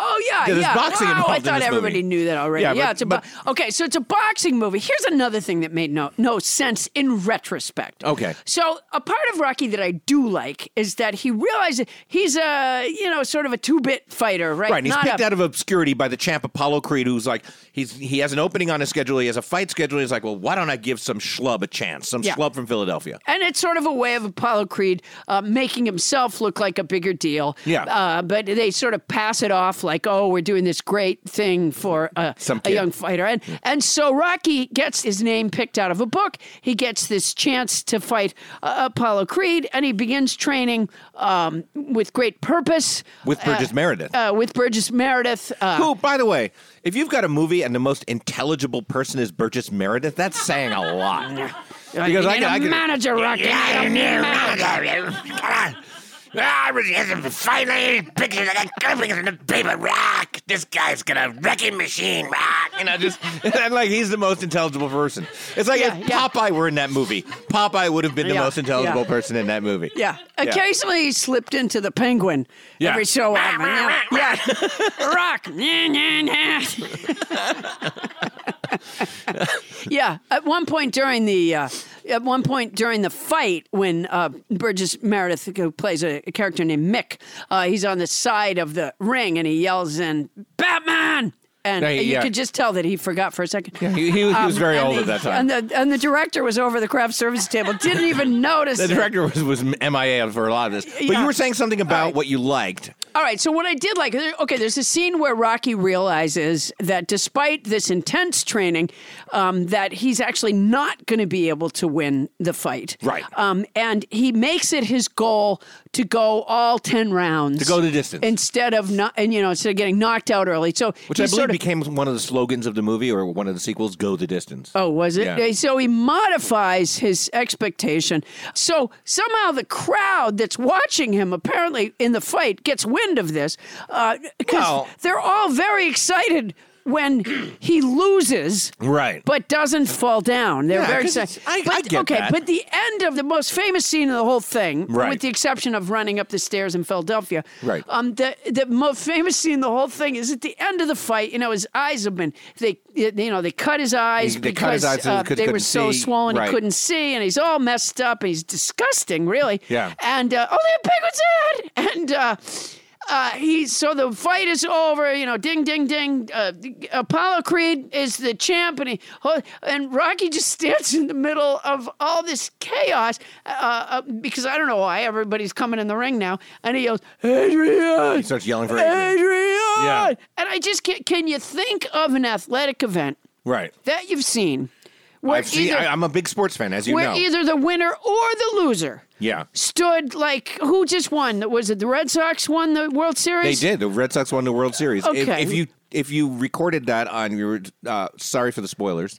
[SPEAKER 6] Oh yeah,
[SPEAKER 7] Yeah,
[SPEAKER 6] yeah.
[SPEAKER 7] there's boxing
[SPEAKER 6] wow,
[SPEAKER 7] involved
[SPEAKER 6] I
[SPEAKER 7] in
[SPEAKER 6] thought
[SPEAKER 7] this
[SPEAKER 6] everybody
[SPEAKER 7] movie.
[SPEAKER 6] knew that already.
[SPEAKER 7] Yeah,
[SPEAKER 6] Yeah,
[SPEAKER 7] but-
[SPEAKER 6] it's a bo- okay. So it's a boxing movie. Here's another thing that made no no sense in retrospect.
[SPEAKER 7] Okay.
[SPEAKER 6] So a part of Rocky that I do like is that he realizes he's a you know sort of a two bit fighter, right?
[SPEAKER 7] Right, and he's
[SPEAKER 6] Not
[SPEAKER 7] picked
[SPEAKER 6] a-
[SPEAKER 7] out of obscurity by the champ Apollo Creed, who's like he's he has an opening on his schedule, he has a fight schedule. He's like, well, why don't I give some schlub a chance, some
[SPEAKER 6] Yeah.
[SPEAKER 7] schlub from Philadelphia?
[SPEAKER 6] And it's sort of a way of Apollo Creed uh, making himself look like a bigger deal.
[SPEAKER 7] Yeah.
[SPEAKER 6] Uh, but they sort of pass it off like, oh, we're doing this great thing for a,
[SPEAKER 7] Some
[SPEAKER 6] a
[SPEAKER 7] kid.
[SPEAKER 6] young fighter. And, and so Rocky gets his name picked out of a book. He gets this chance to fight uh, Apollo Creed, and he begins training um, with great purpose.
[SPEAKER 7] With Burgess Meredith.
[SPEAKER 6] Uh, with Burgess Meredith. Uh,
[SPEAKER 7] Who, by the way, if you've got a movie and the most intelligible person is Burgess Meredith, that's saying a lot. Because
[SPEAKER 6] you
[SPEAKER 7] I
[SPEAKER 6] need
[SPEAKER 7] could-
[SPEAKER 6] a
[SPEAKER 7] I could-
[SPEAKER 6] manager, Rocky. you need a manager.
[SPEAKER 8] I was just finally pictures I got clippings in the paper. Rock, this guy's gonna wreck a machine. Rock.
[SPEAKER 7] And I just, and I'm like, he's the most intelligible person. It's like
[SPEAKER 2] Yeah,
[SPEAKER 7] if
[SPEAKER 2] yeah.
[SPEAKER 7] Popeye were in that movie, Popeye would have been the
[SPEAKER 2] Yeah,
[SPEAKER 7] most intelligible
[SPEAKER 2] yeah.
[SPEAKER 7] person in that movie.
[SPEAKER 2] Yeah. Occasionally he slipped into the penguin
[SPEAKER 7] Yeah.
[SPEAKER 2] every so often. yeah. yeah. Rock. Nah, nah, nah. yeah. At one point during the uh, at one point during the fight when uh, Burgess Meredith who plays a, a character named Mick, uh, he's on the side of the ring and he yells in Batman and
[SPEAKER 7] Yeah,
[SPEAKER 2] you
[SPEAKER 7] yeah.
[SPEAKER 2] could just tell that he forgot for a second.
[SPEAKER 7] He, he, was- he was
[SPEAKER 2] Um,
[SPEAKER 7] very
[SPEAKER 2] and
[SPEAKER 7] old
[SPEAKER 2] the-
[SPEAKER 7] at that time.
[SPEAKER 2] And the and the director was over the craft service table, didn't even notice.
[SPEAKER 7] The
[SPEAKER 2] it.
[SPEAKER 7] director was, was MIA for a lot of this. But
[SPEAKER 2] Yeah.
[SPEAKER 7] you were saying something about what you liked.
[SPEAKER 2] All right. So what I did like, there- okay, there's a scene where Rocky realizes that despite this intense training, um, that he's actually not going to be able to win the fight.
[SPEAKER 7] Right.
[SPEAKER 2] Um, and he makes it his goal to go all ten rounds.
[SPEAKER 7] To go the distance.
[SPEAKER 2] Instead of not, and you know, instead of getting knocked out early. So
[SPEAKER 7] Which
[SPEAKER 2] he
[SPEAKER 7] I believe
[SPEAKER 2] sort of-
[SPEAKER 7] became one of the slogans of the movie or one of the sequels, Go the Distance.
[SPEAKER 2] Oh, was it?
[SPEAKER 7] Yeah.
[SPEAKER 2] So he modifies his expectation. So somehow the crowd that's watching him, apparently in the fight, gets wind of this because
[SPEAKER 7] Well-
[SPEAKER 2] they're all very excited when he loses.
[SPEAKER 7] Right.
[SPEAKER 2] But doesn't fall down. They're
[SPEAKER 7] Yeah,
[SPEAKER 2] very
[SPEAKER 7] 'cause
[SPEAKER 2] excited.
[SPEAKER 7] it's- I-
[SPEAKER 2] but,
[SPEAKER 7] I get
[SPEAKER 2] okay,
[SPEAKER 7] that.
[SPEAKER 2] but the end of the most famous scene of the whole thing,
[SPEAKER 7] Right.
[SPEAKER 2] with the exception of running up the stairs in Philadelphia,
[SPEAKER 7] Right.
[SPEAKER 2] um, the the most famous scene in the whole thing is at the end of the fight. You know, his eyes have been they you know they cut his eyes
[SPEAKER 7] They cut
[SPEAKER 2] because
[SPEAKER 7] his eyes so he
[SPEAKER 2] uh,
[SPEAKER 7] could-
[SPEAKER 2] they were
[SPEAKER 7] couldn't
[SPEAKER 2] so
[SPEAKER 7] see.
[SPEAKER 2] swollen
[SPEAKER 7] Right.
[SPEAKER 2] he couldn't see, and he's all messed up and he's disgusting, really.
[SPEAKER 7] Yeah.
[SPEAKER 2] And uh, oh, they have penguins in, and. Uh, uh, he so the fight is over. You know, ding, ding, ding. Uh, Apollo Creed is the champ, and he oh, and Rocky just stands in the middle of all this chaos uh, uh, because I don't know why everybody's coming in the ring now, and he yells, "Adrian!"
[SPEAKER 7] He starts yelling for Adrian.
[SPEAKER 2] Adrian.
[SPEAKER 7] Yeah.
[SPEAKER 2] And I just can't. Can you think of an athletic event
[SPEAKER 7] Right.
[SPEAKER 2] that you've seen where
[SPEAKER 7] I've seen,
[SPEAKER 2] either
[SPEAKER 7] I, I'm a big sports fan, as you
[SPEAKER 2] where
[SPEAKER 7] know.
[SPEAKER 2] either the winner or the loser
[SPEAKER 7] Yeah.
[SPEAKER 2] stood like who just won? Was it the Red Sox won the World
[SPEAKER 7] They
[SPEAKER 2] Series?
[SPEAKER 7] did. The Red Sox won the World Series. If-
[SPEAKER 2] Okay.
[SPEAKER 7] If, you if you recorded that on your, uh, sorry for the spoilers.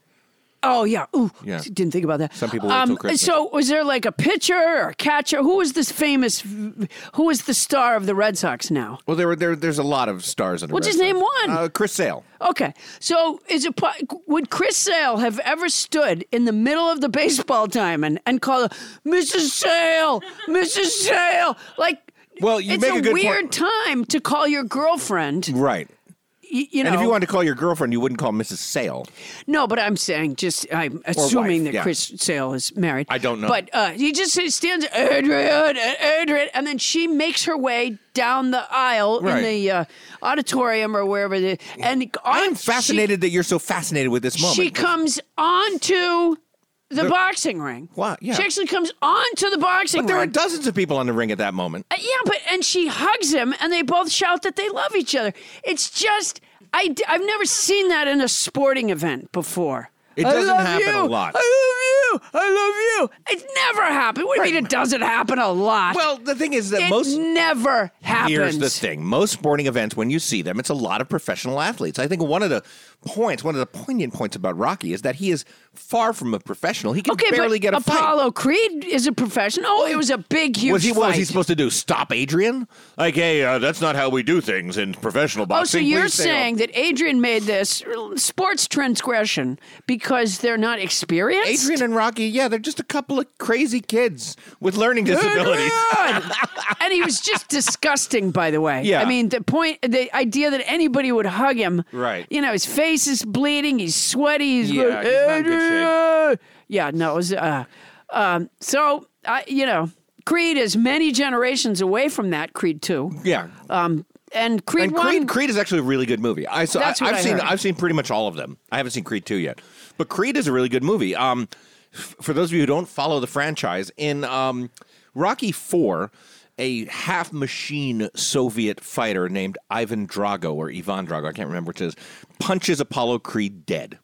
[SPEAKER 2] Oh yeah. Ooh,
[SPEAKER 7] Yeah.
[SPEAKER 2] didn't think about that. Um,
[SPEAKER 7] Some people wait till Christmas.
[SPEAKER 2] So was there like a pitcher or a catcher? Who was this famous? Who was the star of the Red Sox now?
[SPEAKER 7] Well, there were there. There's a lot of stars in the
[SPEAKER 2] Well,
[SPEAKER 7] Red
[SPEAKER 2] just
[SPEAKER 7] Sox.
[SPEAKER 2] name one.
[SPEAKER 7] Uh, Chris Sale.
[SPEAKER 2] Okay, so is it po- would Chris Sale have ever stood in the middle of the baseball time and and called Mrs. Sale, Mrs. Sale? Like,
[SPEAKER 7] Well, you
[SPEAKER 2] it's
[SPEAKER 7] make
[SPEAKER 2] a,
[SPEAKER 7] a good
[SPEAKER 2] weird
[SPEAKER 7] point.
[SPEAKER 2] time to call your girlfriend. y-
[SPEAKER 7] Right.
[SPEAKER 2] You, know,
[SPEAKER 7] And if you wanted to call your girlfriend, you wouldn't call Mrs. Sale.
[SPEAKER 2] No, but I'm saying just I'm assuming
[SPEAKER 7] wife,
[SPEAKER 2] that
[SPEAKER 7] yeah.
[SPEAKER 2] Chris Sale is married.
[SPEAKER 7] I don't know.
[SPEAKER 2] But uh, he just stands Adrian, Adrian, and then she makes her way down the aisle
[SPEAKER 7] Right.
[SPEAKER 2] in the uh, auditorium or wherever. The, and
[SPEAKER 7] I'm
[SPEAKER 2] on- she-
[SPEAKER 7] fascinated that you're so fascinated with this moment.
[SPEAKER 2] She comes onto the boxing ring.
[SPEAKER 7] Wow, yeah.
[SPEAKER 2] She actually comes onto the boxing
[SPEAKER 7] but there are
[SPEAKER 2] ring.
[SPEAKER 7] dozens of people on the ring at that moment.
[SPEAKER 2] Uh, yeah, but and she hugs him, and they both shout that they love each other. It's just I have never seen that in a sporting event before.
[SPEAKER 7] It
[SPEAKER 2] I
[SPEAKER 7] doesn't
[SPEAKER 2] love
[SPEAKER 7] happen a
[SPEAKER 2] you.
[SPEAKER 7] lot.
[SPEAKER 2] I love you. I love you. It never happened. What do you mean it doesn't happen a lot?
[SPEAKER 7] Well, the thing is that
[SPEAKER 2] it
[SPEAKER 7] most
[SPEAKER 2] never happens.
[SPEAKER 7] Here's the thing: most sporting events, when you see them, it's a lot of professional athletes. I think one of the points, one of the poignant points about Rocky is that he is far from a professional. He can
[SPEAKER 2] Okay,
[SPEAKER 7] barely
[SPEAKER 2] but
[SPEAKER 7] get a
[SPEAKER 2] Apollo Creed is a professional. Oh, it was a big,
[SPEAKER 7] fight.
[SPEAKER 2] huge
[SPEAKER 7] Was he, what was he
[SPEAKER 2] fight.
[SPEAKER 7] supposed to do? Stop Adrian? Like, hey, uh, that's not how we do things in professional
[SPEAKER 2] Oh, so
[SPEAKER 7] boxing.
[SPEAKER 2] you're
[SPEAKER 7] Please stay
[SPEAKER 2] saying
[SPEAKER 7] off.
[SPEAKER 2] that Adrian made this sports transgression because they're not experienced?
[SPEAKER 7] Adrian and Rocky? Yeah, they're just a couple of crazy kids with learning disabilities.
[SPEAKER 2] Adrian! and he was just disgusting, by the way.
[SPEAKER 7] Yeah.
[SPEAKER 2] I mean, the point, the idea that anybody would hug him.
[SPEAKER 7] Right.
[SPEAKER 2] You know, his face is bleeding. He's sweaty. He's
[SPEAKER 7] Yeah,
[SPEAKER 2] going,
[SPEAKER 7] he's not in good shape.
[SPEAKER 2] "Adrian!" Yeah, no, it was, uh, um, so, I, you know, Creed is many generations away from that, Creed 2.
[SPEAKER 7] Yeah.
[SPEAKER 2] Um, and Creed
[SPEAKER 7] and
[SPEAKER 2] 1.
[SPEAKER 7] Creed, Creed is actually a really good movie. I saw.
[SPEAKER 2] That's
[SPEAKER 7] I,
[SPEAKER 2] what
[SPEAKER 7] have
[SPEAKER 2] I
[SPEAKER 7] seen.
[SPEAKER 2] heard.
[SPEAKER 7] I've seen pretty much all of them. I haven't seen Creed two yet, but Creed is a really good movie. Um, f- for those of you who don't follow the franchise, in um, Rocky four, a half machine Soviet fighter named Ivan Drago or Ivan Drago, I can't remember which it is, punches Apollo Creed dead.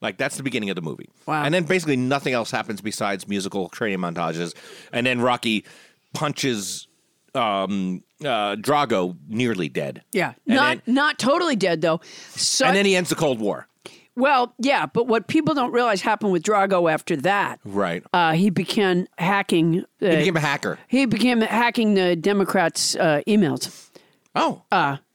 [SPEAKER 7] Like that's the beginning of the movie.
[SPEAKER 2] Wow.
[SPEAKER 7] And then basically nothing else happens besides musical training montages, and then Rocky punches um, uh, Drago nearly dead.
[SPEAKER 2] yeah,
[SPEAKER 7] And
[SPEAKER 2] not
[SPEAKER 7] then,
[SPEAKER 2] not totally dead though. So,
[SPEAKER 7] and then he ends the Cold War.
[SPEAKER 2] Well, yeah, but what people don't realize happened with Drago after that.
[SPEAKER 7] Right.
[SPEAKER 2] Uh, he began hacking. Uh,
[SPEAKER 7] he became a hacker.
[SPEAKER 2] he became hacking the Democrats' uh, emails.
[SPEAKER 7] Oh.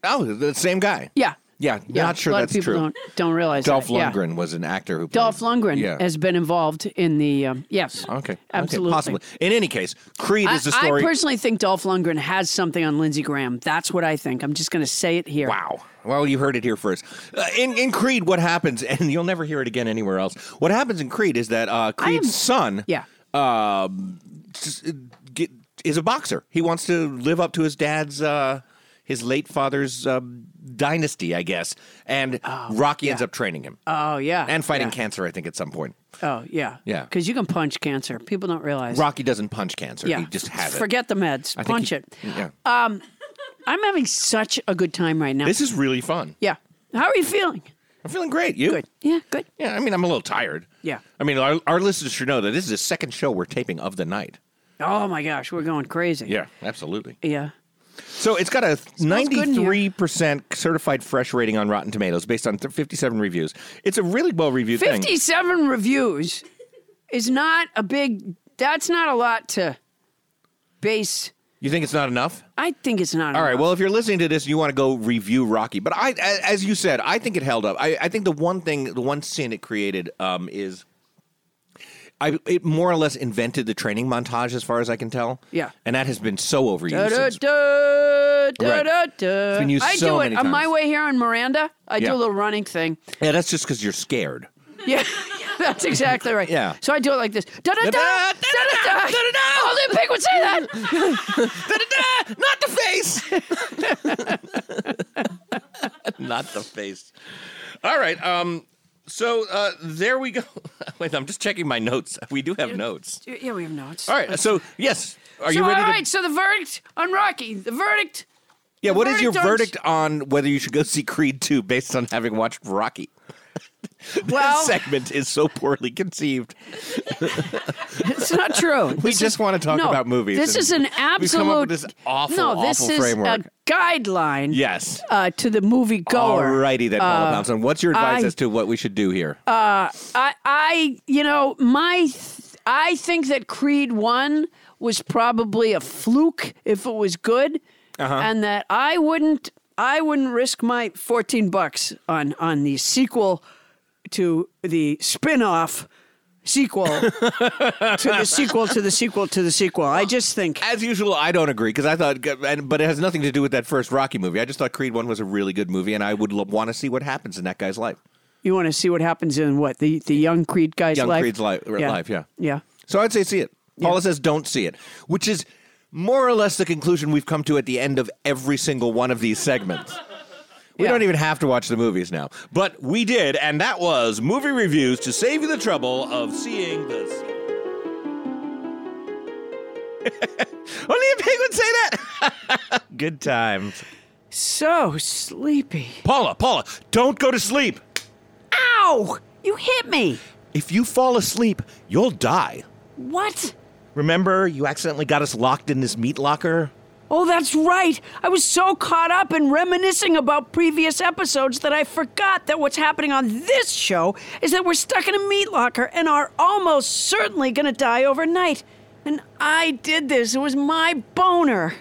[SPEAKER 7] oh, the same guy.
[SPEAKER 2] Yeah.
[SPEAKER 1] Yeah,
[SPEAKER 2] Yeah,
[SPEAKER 1] not sure
[SPEAKER 2] a lot
[SPEAKER 1] that's
[SPEAKER 2] of people
[SPEAKER 1] true.
[SPEAKER 2] Don't, don't realize
[SPEAKER 1] Dolph
[SPEAKER 2] that. yeah.
[SPEAKER 1] Lundgren was an actor who.
[SPEAKER 2] Dolph
[SPEAKER 1] played-
[SPEAKER 2] Lundgren
[SPEAKER 1] Yeah.
[SPEAKER 2] has been involved in the um, yes.
[SPEAKER 1] okay. okay,
[SPEAKER 2] absolutely.
[SPEAKER 1] Possibly. In any case, Creed
[SPEAKER 2] I,
[SPEAKER 1] is a
[SPEAKER 2] I
[SPEAKER 1] story.
[SPEAKER 2] personally think Dolph Lundgren has something on Lindsey Graham. That's what I think. I'm just going to say it here.
[SPEAKER 1] Wow. Well, you heard it here first. Uh, in, in Creed, what happens, and you'll never hear it again anywhere else. What happens in Creed is that uh, Creed's son,
[SPEAKER 2] Yeah.
[SPEAKER 1] um, s- get, is a boxer. He wants to live up to his dad's, uh, his late father's um, dynasty, I guess. And Rocky ends up training him
[SPEAKER 2] Oh yeah.
[SPEAKER 1] and fighting cancer, I think, at some point.
[SPEAKER 2] Oh yeah.
[SPEAKER 1] Yeah.
[SPEAKER 2] Because you can punch cancer. People don't realize.
[SPEAKER 1] Rocky doesn't punch cancer;
[SPEAKER 2] Yeah.
[SPEAKER 1] he just has it.
[SPEAKER 2] Forget the meds.
[SPEAKER 1] I think
[SPEAKER 2] punch
[SPEAKER 1] he-
[SPEAKER 2] it. Uh,
[SPEAKER 1] Yeah.
[SPEAKER 2] I'm having such a good time right now.
[SPEAKER 1] this is really fun.
[SPEAKER 2] yeah. How are you feeling?
[SPEAKER 1] I'm feeling great. You
[SPEAKER 2] Good. Yeah. Good.
[SPEAKER 1] Yeah, I mean, I'm a little tired.
[SPEAKER 2] Yeah.
[SPEAKER 1] I mean, our, our listeners should know that this is the second show we're taping of the night.
[SPEAKER 2] Oh my gosh, we're going crazy.
[SPEAKER 1] absolutely.
[SPEAKER 2] Yeah.
[SPEAKER 1] So it's got a
[SPEAKER 2] good in here.
[SPEAKER 1] 93% certified fresh rating on Rotten Tomatoes based on th- 57 reviews. It's a really well reviewed thing.
[SPEAKER 2] 57 reviews is not a big that's not a lot to base
[SPEAKER 1] You think it's not enough?
[SPEAKER 2] i think it's not
[SPEAKER 1] All right.
[SPEAKER 2] enough.
[SPEAKER 1] Well, if you're listening to this, you want to go review Rocky. But I, a- as you said, I think it held up. I, I think the one thing, the one sin it created um, is. I, it more or less invented the training montage, as far as I can tell.
[SPEAKER 2] Yeah.
[SPEAKER 1] and that has been so overused.
[SPEAKER 2] Da, da,
[SPEAKER 1] since-
[SPEAKER 2] da, da,
[SPEAKER 1] Right.
[SPEAKER 2] da,
[SPEAKER 1] It's been
[SPEAKER 2] da.
[SPEAKER 1] used
[SPEAKER 2] I
[SPEAKER 1] so
[SPEAKER 2] do it
[SPEAKER 1] many
[SPEAKER 2] on my
[SPEAKER 1] times.
[SPEAKER 2] way here on Miranda. I do
[SPEAKER 1] Yeah.
[SPEAKER 2] a little running thing.
[SPEAKER 1] Yeah, that's just because you're scared.
[SPEAKER 2] Yeah, that's exactly right.
[SPEAKER 1] Yeah.
[SPEAKER 2] So I do it like this. Da da da da da
[SPEAKER 1] Da, da, da,
[SPEAKER 2] da.
[SPEAKER 1] da, da, da.
[SPEAKER 2] Only a pig would say that.
[SPEAKER 1] Da-da-da! Not the face. Not the face. All right. Um. So uh, there we go. Wait, I'm just checking my notes. We do have notes.
[SPEAKER 2] Yeah, we have notes.
[SPEAKER 1] All right. So yes, are
[SPEAKER 2] So,
[SPEAKER 1] you ready?
[SPEAKER 2] all
[SPEAKER 1] to-
[SPEAKER 2] right. So the verdict on Rocky. The verdict.
[SPEAKER 1] yeah. What is your
[SPEAKER 2] verdict on-
[SPEAKER 1] verdict on whether you should go see Creed 2 based on having watched Rocky?
[SPEAKER 2] Well,
[SPEAKER 1] this segment is so poorly conceived.
[SPEAKER 2] it's not true.
[SPEAKER 1] We just want to talk
[SPEAKER 2] no,
[SPEAKER 1] about movies.
[SPEAKER 2] This
[SPEAKER 1] and
[SPEAKER 2] is an
[SPEAKER 1] We've come up
[SPEAKER 2] absolute
[SPEAKER 1] with this awful,
[SPEAKER 2] no. This
[SPEAKER 1] awful
[SPEAKER 2] is
[SPEAKER 1] framework.
[SPEAKER 2] a guideline.
[SPEAKER 1] yes.
[SPEAKER 2] Uh, to the movie
[SPEAKER 1] All
[SPEAKER 2] goer.
[SPEAKER 1] righty then, Paula
[SPEAKER 2] Uh,
[SPEAKER 1] Thompson. What's your advice
[SPEAKER 2] I-
[SPEAKER 1] as to what we should do here?
[SPEAKER 2] I, I, you know, my, th- I think that Creed One was probably a fluke if it was good,
[SPEAKER 1] Uh-huh.
[SPEAKER 2] and that I wouldn't, I wouldn't risk my fourteen bucks on on the sequel to the spin-off sequel to the sequel to the sequel to the sequel. I just think
[SPEAKER 1] As usual, I don't agree because I thought, and, but it has nothing to do with that first Rocky movie. I just thought Creed One was a really good movie, and I would l- want to see what happens in that guy's life,
[SPEAKER 2] you want to see what happens in what the the young Creed guy's
[SPEAKER 1] young
[SPEAKER 2] life.
[SPEAKER 1] Creed's li- life. Yeah,
[SPEAKER 2] yeah.
[SPEAKER 1] So I'd say see it. Paula says don't see it, which is more or less the conclusion we've come to at the end of every single one of these segments. We
[SPEAKER 2] Yeah.
[SPEAKER 1] don't even have to watch the movies now, but we did, and that was movie reviews to save you the trouble of seeing the. Only a pig would say that. Good times.
[SPEAKER 2] So sleepy.
[SPEAKER 1] Paula, Paula, don't go to sleep.
[SPEAKER 2] Ow! You hit me.
[SPEAKER 1] If you fall asleep, you'll die.
[SPEAKER 2] What?
[SPEAKER 1] Remember, you accidentally got us locked in this meat locker?
[SPEAKER 2] Oh, that's right. I was so caught up in reminiscing about previous episodes that I forgot that what's happening on this show is that we're stuck in a meat locker and are almost certainly going to die overnight. And I did this. It was my boner.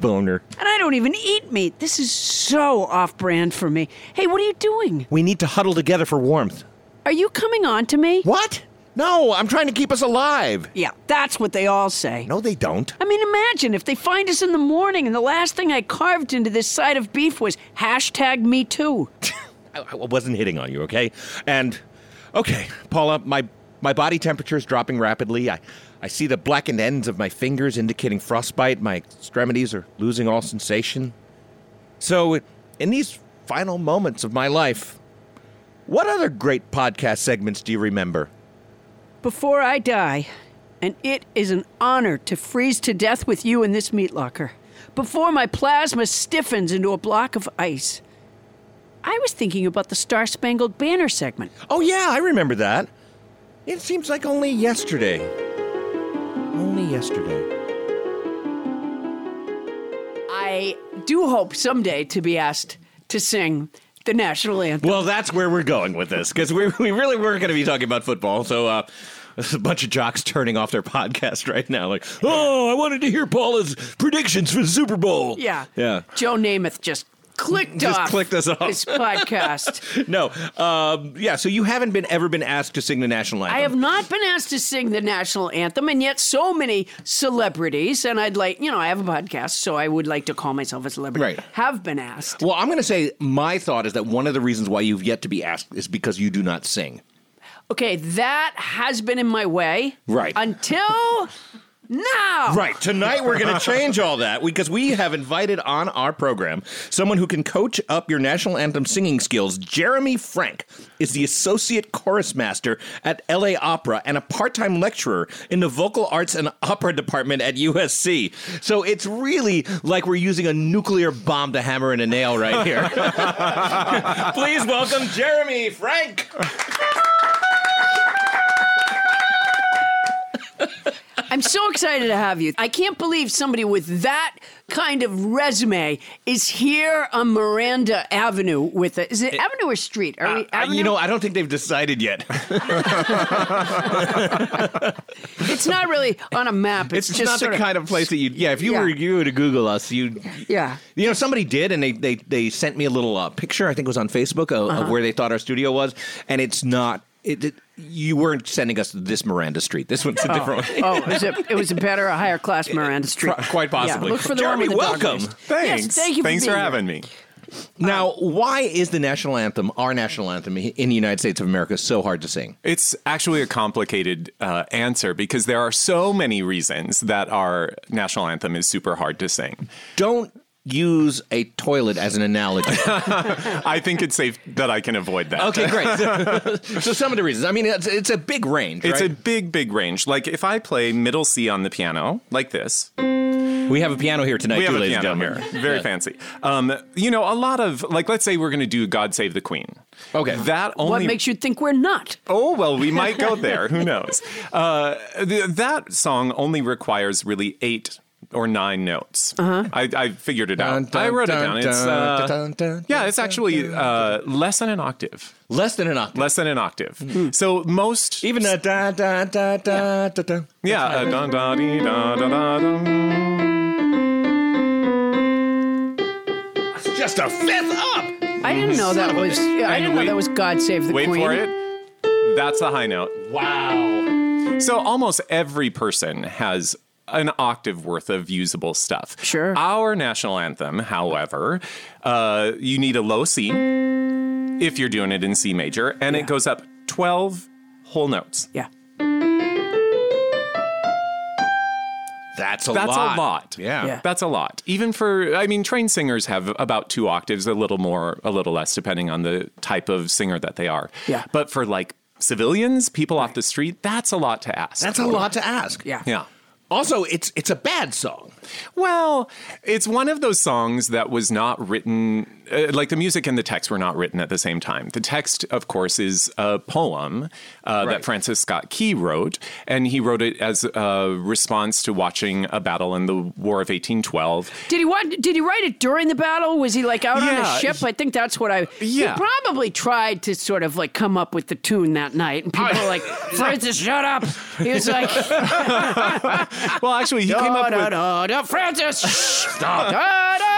[SPEAKER 1] Boner.
[SPEAKER 2] And I don't even eat meat. This is so off brand for me. Hey, what are you doing?
[SPEAKER 1] We need to huddle together for warmth.
[SPEAKER 2] Are you coming on to me?
[SPEAKER 1] What? No, I'm trying to keep us alive.
[SPEAKER 2] Yeah, that's what they all say.
[SPEAKER 1] No, they don't.
[SPEAKER 2] I mean, imagine if they find us in the morning and the last thing I carved into this side of beef was hashtag me too.
[SPEAKER 1] I, I wasn't hitting on you, okay? And okay, Paula, my my body temperature is dropping rapidly. I I see the blackened ends of my fingers indicating frostbite. My extremities are losing all sensation. So, in these final moments of my life, what other great podcast segments do you remember?
[SPEAKER 2] Before I die, and it is an honor to freeze to death with you in this meat locker, before my plasma stiffens into a block of ice, I was thinking about the Star Spangled Banner segment.
[SPEAKER 1] Oh yeah, I remember that. It seems like only yesterday. Only yesterday.
[SPEAKER 2] I do hope someday to be asked to sing the national anthem.
[SPEAKER 1] Well, that's where we're going with this because we, we really were going to be talking about football. So, uh, there's a bunch of jocks turning off their podcast right now. Like, oh, I wanted to hear Paula's predictions for the Super Bowl.
[SPEAKER 2] Yeah.
[SPEAKER 1] Yeah.
[SPEAKER 2] Joe Namath just clicked
[SPEAKER 9] Just
[SPEAKER 2] off.
[SPEAKER 9] clicked us off.
[SPEAKER 2] This podcast.
[SPEAKER 1] No. Um, yeah. So you haven't been ever been asked to sing the national anthem.
[SPEAKER 2] I have not been asked to sing the national anthem, and yet so many celebrities, and I'd like, you know, I have a podcast, so I would like to call myself a celebrity,
[SPEAKER 1] Right.
[SPEAKER 2] have been asked.
[SPEAKER 1] Well, I'm going to say my thought is that one of the reasons why you've yet to be asked is because you do not sing.
[SPEAKER 2] Okay, that has been in my way.
[SPEAKER 1] Right.
[SPEAKER 2] Until now.
[SPEAKER 1] Right. Tonight we're going to change all that because we have invited on our program someone who can coach up your national anthem singing skills. Jeremy Frank is the associate chorus master at LA Opera and a part-time lecturer in the vocal arts and opera department at USC. So it's really like we're using a nuclear bomb to hammer in a nail right here. Please welcome Jeremy Frank.
[SPEAKER 2] I'm so excited to have you. I can't believe somebody with that kind of resume is here on Miranda Avenue with it. Is it, Avenue or Street? Are we,
[SPEAKER 1] Uh,
[SPEAKER 2] Avenue?
[SPEAKER 1] you know, I don't think they've decided yet.
[SPEAKER 2] it's not really on a map. It's,
[SPEAKER 1] It's,
[SPEAKER 2] just
[SPEAKER 1] not
[SPEAKER 2] sort
[SPEAKER 1] the
[SPEAKER 2] of,
[SPEAKER 1] kind of place that you. Yeah, if you
[SPEAKER 2] Yeah.
[SPEAKER 1] were you were to Google us, you.
[SPEAKER 2] Yeah.
[SPEAKER 1] You know, somebody did, and they they they sent me a little uh, picture. I think it was on Facebook of, of where they thought our studio was, and it's not. It, it- you weren't sending us this Miranda Street. This one's a different one.
[SPEAKER 2] Oh, is it, it was a better, a higher class Miranda Street.
[SPEAKER 1] Quite possibly.
[SPEAKER 2] Yeah, look for the
[SPEAKER 1] Jeremy,
[SPEAKER 2] one with the dog
[SPEAKER 1] welcome.
[SPEAKER 2] leash.
[SPEAKER 10] Thanks.
[SPEAKER 2] Yes, thank you for
[SPEAKER 10] Thanks for,
[SPEAKER 2] being here.
[SPEAKER 10] having me.
[SPEAKER 1] Now, why is the national anthem, our national anthem in the United States of America, so hard to sing?
[SPEAKER 10] It's actually a complicated uh, answer because there are so many reasons that our national anthem is super hard to sing.
[SPEAKER 1] Don't use a toilet as an analogy.
[SPEAKER 10] I think it's safe that I can avoid that.
[SPEAKER 1] okay, great. so some of the reasons. I mean, it's, it's a big range.
[SPEAKER 10] It's
[SPEAKER 1] right?
[SPEAKER 10] a big, big range. Like if I play middle C on the piano, like this,
[SPEAKER 1] we have a piano here tonight,
[SPEAKER 10] we
[SPEAKER 1] too,
[SPEAKER 10] have a
[SPEAKER 1] ladies and
[SPEAKER 10] piano
[SPEAKER 1] gentlemen.
[SPEAKER 10] here. Very fancy. Um, you know, a lot of like, let's say we're going to do "God Save the Queen."
[SPEAKER 1] Okay.
[SPEAKER 10] that only
[SPEAKER 2] What makes you think we're not?
[SPEAKER 10] Oh, well, we might go there. Who knows? Uh, th- that song only requires really eight or nine notes. Uh-huh. I, I figured it out.
[SPEAKER 1] Dun, dun,
[SPEAKER 10] I wrote
[SPEAKER 1] dun,
[SPEAKER 10] it down. it's,
[SPEAKER 1] dun,
[SPEAKER 10] uh,
[SPEAKER 1] dun, dun,
[SPEAKER 10] yeah, it's actually uh, less than an octave.
[SPEAKER 1] Less than an octave.
[SPEAKER 10] Less than an octave. So most.
[SPEAKER 1] Hmm. Even that da da da da da da.
[SPEAKER 10] Yeah. Uh, dun, dun, dee, dun, dun, dun, dun.
[SPEAKER 1] It's just a fifth up.
[SPEAKER 2] I didn't know that was. Yeah, I
[SPEAKER 10] And
[SPEAKER 2] didn't know
[SPEAKER 10] wait-
[SPEAKER 2] that was God Save the
[SPEAKER 10] Wait
[SPEAKER 2] Queen.
[SPEAKER 10] for it. That's the high note.
[SPEAKER 1] Wow.
[SPEAKER 10] So almost every person has an octave worth of usable stuff.
[SPEAKER 2] Sure.
[SPEAKER 10] Our national anthem, however, uh, you need a low C if you're doing it in C major, and
[SPEAKER 2] Yeah.
[SPEAKER 10] it goes up 12 whole notes.
[SPEAKER 2] Yeah.
[SPEAKER 1] That's a
[SPEAKER 10] That's
[SPEAKER 1] lot.
[SPEAKER 10] a lot.
[SPEAKER 1] Yeah.
[SPEAKER 2] Yeah.
[SPEAKER 10] That's a lot. Even for, I mean, trained singers have about two octaves, a little more, a little less, depending on the type of singer that they are.
[SPEAKER 2] Yeah.
[SPEAKER 10] But for like civilians, people off the street, that's a lot to ask.
[SPEAKER 1] That's a lot to ask.
[SPEAKER 2] Yeah.
[SPEAKER 10] Yeah.
[SPEAKER 1] Also, it's it's a bad song.
[SPEAKER 10] Well, it's one of those songs that was not written, uh, like the music and the text were not written at the same time. The text, of course, is a poem uh,
[SPEAKER 1] Right.
[SPEAKER 10] that Francis Scott Key wrote, and he wrote it as a response to watching a battle in the War of 1812.
[SPEAKER 2] Did he want? Did he write it during the battle? Was he like out on
[SPEAKER 10] Yeah,
[SPEAKER 2] a ship? I think that's what I.
[SPEAKER 10] Yeah.
[SPEAKER 2] He probably tried to sort of like come up with the tune that night, and people were like, "Francis, shut up." He was like,
[SPEAKER 10] Well, actually, he came
[SPEAKER 2] "Da
[SPEAKER 10] up
[SPEAKER 2] da
[SPEAKER 10] with
[SPEAKER 2] da da, Francis, shh, da da."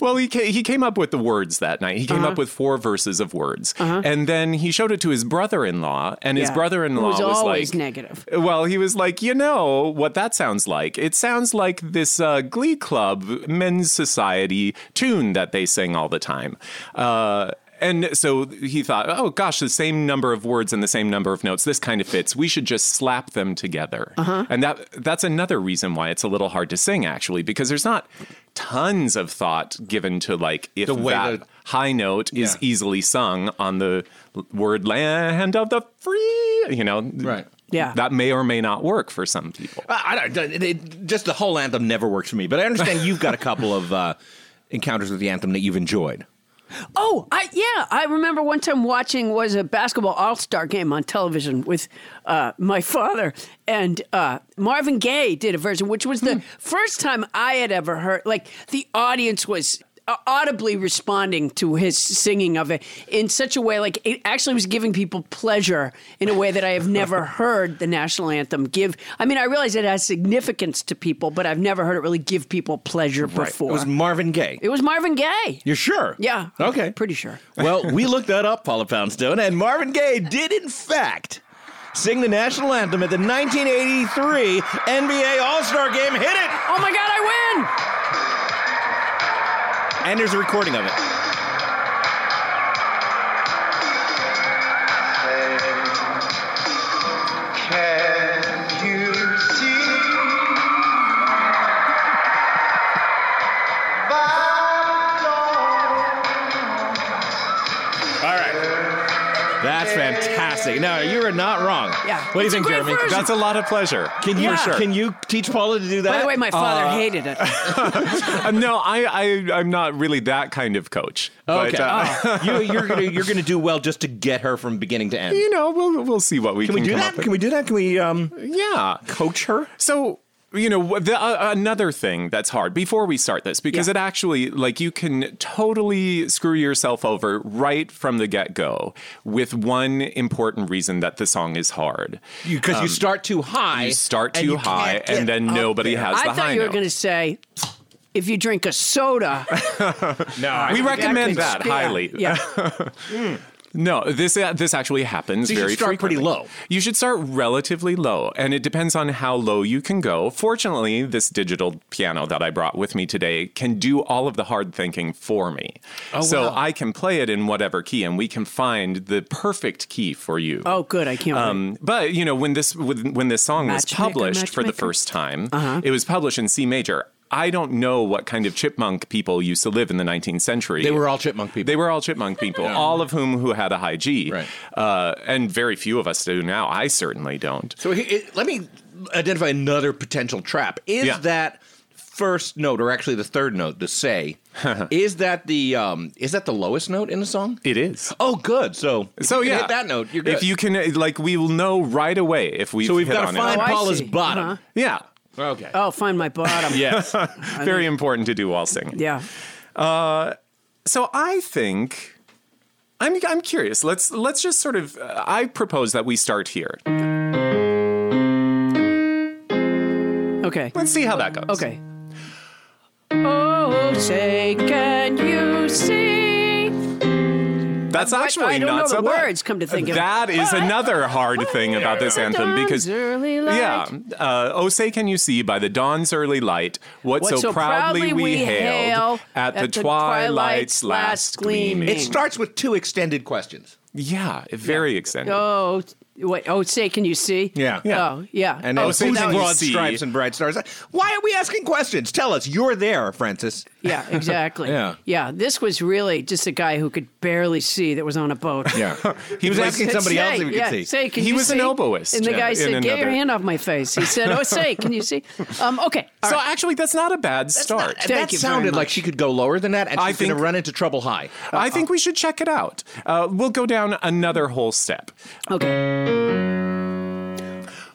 [SPEAKER 10] Well, he ca- he came up with the words that night. He came
[SPEAKER 2] Uh-huh.
[SPEAKER 10] up with four verses of words, and then he showed it to his brother-in-law, and his
[SPEAKER 2] Yeah.
[SPEAKER 10] brother-in-law
[SPEAKER 2] Who's
[SPEAKER 10] was
[SPEAKER 2] always
[SPEAKER 10] like,
[SPEAKER 2] negative.
[SPEAKER 10] Well, he was like, you know what that sounds like? It sounds like this uh, Glee Club men's society tune that they sing all the time. Uh, and so he thought, oh gosh, the same number of words and the same number of notes. This kind of fits. We should just slap them together. And that that's another reason why it's a little hard to sing, actually, because there's not tons of thought given to like if
[SPEAKER 1] The way
[SPEAKER 10] that
[SPEAKER 1] the-
[SPEAKER 10] high note is
[SPEAKER 1] Yeah.
[SPEAKER 10] easily sung on the l- word land of the free. You know,
[SPEAKER 1] Right.
[SPEAKER 2] Yeah.
[SPEAKER 10] that may or may not work for some people.
[SPEAKER 1] I, I don't. It, it, just the whole anthem never works for me. But I understand you've got a couple of uh, encounters with the anthem that you've enjoyed.
[SPEAKER 2] Oh, I yeah, I remember one time watching was a basketball all star game on television with uh, my father, and uh, Marvin
[SPEAKER 1] Hmm.
[SPEAKER 2] Gaye did a version, which was the first time I had ever heard. Like the audience was audibly responding to his singing of it in such a way like it actually was giving people pleasure in a way that I have never heard the national anthem give. I mean, I realize it has significance to people, but I've never heard it really give people pleasure before.
[SPEAKER 1] It was Marvin Gaye.
[SPEAKER 2] it was Marvin Gaye.
[SPEAKER 1] You're sure?
[SPEAKER 2] Yeah.
[SPEAKER 1] Okay.
[SPEAKER 2] Pretty sure.
[SPEAKER 1] Well, we looked that up, Paula Poundstone, and Marvin Gaye did, in fact, sing the national anthem at the 1983 NBA All Star Game. Hit it!
[SPEAKER 2] Oh my God, I win!
[SPEAKER 1] And there's a recording of it.
[SPEAKER 7] Can you see
[SPEAKER 1] All right. That's fantastic. Now, you are not wrong.
[SPEAKER 2] Yeah.
[SPEAKER 1] What do you
[SPEAKER 2] It's a
[SPEAKER 1] think,
[SPEAKER 2] great
[SPEAKER 1] Jeremy?
[SPEAKER 2] version.
[SPEAKER 10] That's a lot of pleasure.
[SPEAKER 1] Can you
[SPEAKER 2] Yeah. sure.
[SPEAKER 1] can you teach Paula to do that? Uh,
[SPEAKER 2] By the way, my father hated it.
[SPEAKER 10] Uh, no, I, I, I'm not really that kind of coach.
[SPEAKER 1] okay. Oh.
[SPEAKER 10] But, uh,
[SPEAKER 1] you, you're gonna you're gonna do well just to get her from beginning to end.
[SPEAKER 10] you know, we'll, we'll see what we
[SPEAKER 1] Can
[SPEAKER 10] can,
[SPEAKER 1] we do
[SPEAKER 10] come
[SPEAKER 1] that?
[SPEAKER 10] up with.
[SPEAKER 1] Can we do that? Can we um
[SPEAKER 10] Yeah.
[SPEAKER 1] coach her?
[SPEAKER 10] So, you know, wh- the, uh, another thing that's hard before we start this, because it actually, like, you can totally screw yourself over right from the get go with one important reason that the song is hard.
[SPEAKER 1] Because Um, you start too high.
[SPEAKER 10] You start
[SPEAKER 1] and
[SPEAKER 10] too
[SPEAKER 1] you can't
[SPEAKER 10] high,
[SPEAKER 1] get
[SPEAKER 10] and then
[SPEAKER 1] up
[SPEAKER 10] nobody
[SPEAKER 1] there.
[SPEAKER 10] has
[SPEAKER 2] I
[SPEAKER 10] the high
[SPEAKER 2] thought you were
[SPEAKER 10] note.
[SPEAKER 2] going to say, if you drink a soda,
[SPEAKER 1] No,
[SPEAKER 10] we
[SPEAKER 2] can
[SPEAKER 10] recommend that
[SPEAKER 2] screw up.
[SPEAKER 10] highly.
[SPEAKER 2] Yeah.
[SPEAKER 10] No, this uh, this actually happens
[SPEAKER 1] So you should
[SPEAKER 10] very
[SPEAKER 1] start pretty
[SPEAKER 10] frequently.
[SPEAKER 1] low.
[SPEAKER 10] You should start relatively low, and it depends on how low you can go. Fortunately, this digital piano that I brought with me today can do all of the hard thinking for me. so
[SPEAKER 1] Oh, wow.
[SPEAKER 10] I can play it in whatever key, and we can find the perfect key for you.
[SPEAKER 2] Oh, good. I can't. wait.
[SPEAKER 10] Um, but you know when this when, when this song was
[SPEAKER 2] Matchmaker,
[SPEAKER 10] published for the
[SPEAKER 2] matchmaker. Uh-huh.
[SPEAKER 10] first time, it was published in C major. I don't know what kind of chipmunk people used to live in the 19th century.
[SPEAKER 1] They were all chipmunk people.
[SPEAKER 10] They were all chipmunk people, all of whom who had a high G,
[SPEAKER 1] Right.
[SPEAKER 10] uh, and very few of us do now. I certainly don't.
[SPEAKER 1] So he, it, let me identify another potential trap. Is
[SPEAKER 10] Yeah.
[SPEAKER 1] that first note, or actually the third note, the say, is that the um, is that the lowest note in the song?
[SPEAKER 10] It is.
[SPEAKER 1] Oh, good. So if
[SPEAKER 10] So
[SPEAKER 1] you can
[SPEAKER 10] yeah,
[SPEAKER 1] hit that note. You're good.
[SPEAKER 10] If you can, uh, like, we will know right away if we.
[SPEAKER 1] so we've
[SPEAKER 10] hit
[SPEAKER 1] got
[SPEAKER 10] on
[SPEAKER 1] to
[SPEAKER 10] it.
[SPEAKER 1] find
[SPEAKER 2] Oh, I
[SPEAKER 1] Paula's
[SPEAKER 2] see.
[SPEAKER 1] bottom.
[SPEAKER 10] Yeah.
[SPEAKER 1] Okay.
[SPEAKER 2] oh, find my bottom.
[SPEAKER 1] Yes.
[SPEAKER 10] Very important to do while singing.
[SPEAKER 2] Yeah.
[SPEAKER 10] So I think. I'm, I'm curious. Let's let's just sort of. Uh, I propose that we start here.
[SPEAKER 2] Okay.
[SPEAKER 10] Let's see how that goes.
[SPEAKER 2] Okay. Oh, say, can you see?
[SPEAKER 10] That's actually
[SPEAKER 2] I don't
[SPEAKER 10] not
[SPEAKER 2] know
[SPEAKER 10] so
[SPEAKER 2] the
[SPEAKER 10] bad.
[SPEAKER 2] words, come to think of it.
[SPEAKER 10] That is another hard thing about this anthem because
[SPEAKER 2] Dawn's early light.
[SPEAKER 10] yeah, uh, oh say can you see by the dawn's early light what, so, proudly, we hailed at, the, twilight's last gleaming.
[SPEAKER 1] it starts with two extended questions.
[SPEAKER 10] yeah, very extended.
[SPEAKER 2] Oh, wait. Oh, say, can you see?
[SPEAKER 1] Yeah.
[SPEAKER 10] Yeah.
[SPEAKER 2] Oh, yeah.
[SPEAKER 1] And
[SPEAKER 2] oh,
[SPEAKER 1] then
[SPEAKER 10] so
[SPEAKER 1] whose
[SPEAKER 10] now you
[SPEAKER 1] broad
[SPEAKER 10] see-
[SPEAKER 1] stripes and bright stars. Why are we asking questions? Tell us. You're there, Francis.
[SPEAKER 2] Yeah, exactly.
[SPEAKER 1] Yeah.
[SPEAKER 2] Yeah. This was really just a guy who could barely see that was on a boat.
[SPEAKER 1] Yeah. he was asking somebody
[SPEAKER 2] say,
[SPEAKER 1] else if he could
[SPEAKER 2] yeah,
[SPEAKER 1] see.
[SPEAKER 2] Say, can
[SPEAKER 10] He
[SPEAKER 2] you
[SPEAKER 10] was an
[SPEAKER 2] see?
[SPEAKER 10] oboist,
[SPEAKER 2] And the
[SPEAKER 10] yeah,
[SPEAKER 2] guy
[SPEAKER 10] in
[SPEAKER 2] said, "Get your
[SPEAKER 10] another-
[SPEAKER 2] hand off my face." He said, "Oh, say, can you see?" Um, okay. all
[SPEAKER 10] so
[SPEAKER 2] right.
[SPEAKER 10] actually, that's not a bad start.
[SPEAKER 1] That,
[SPEAKER 2] Thank you very
[SPEAKER 1] sounded like
[SPEAKER 2] much.
[SPEAKER 1] she could go lower than that, and
[SPEAKER 10] I
[SPEAKER 1] she's going to
[SPEAKER 10] think-
[SPEAKER 1] run into trouble high.
[SPEAKER 10] I think we should check it out. Uh, we'll go down another whole step.
[SPEAKER 2] okay.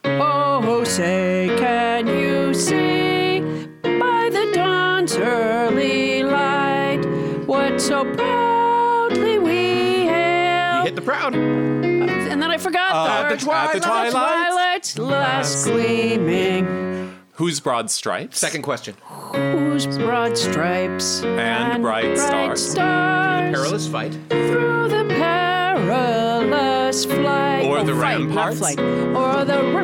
[SPEAKER 2] Oh, say, can you see by the dawn's early light what so proudly we hailed?
[SPEAKER 1] Hit the proud.
[SPEAKER 2] and then I forgot
[SPEAKER 10] Uh, At the
[SPEAKER 2] the,
[SPEAKER 10] twi- at the
[SPEAKER 2] twilight's
[SPEAKER 10] twilight's
[SPEAKER 2] last gleaming,
[SPEAKER 10] Whose broad stripes?
[SPEAKER 1] Second question.
[SPEAKER 2] whose broad stripes and,
[SPEAKER 10] bright stars.
[SPEAKER 2] stars
[SPEAKER 1] Perilous fight.
[SPEAKER 2] through the perilous flight,
[SPEAKER 10] Or the
[SPEAKER 2] fight, not
[SPEAKER 10] ramparts.
[SPEAKER 2] flight. or the r-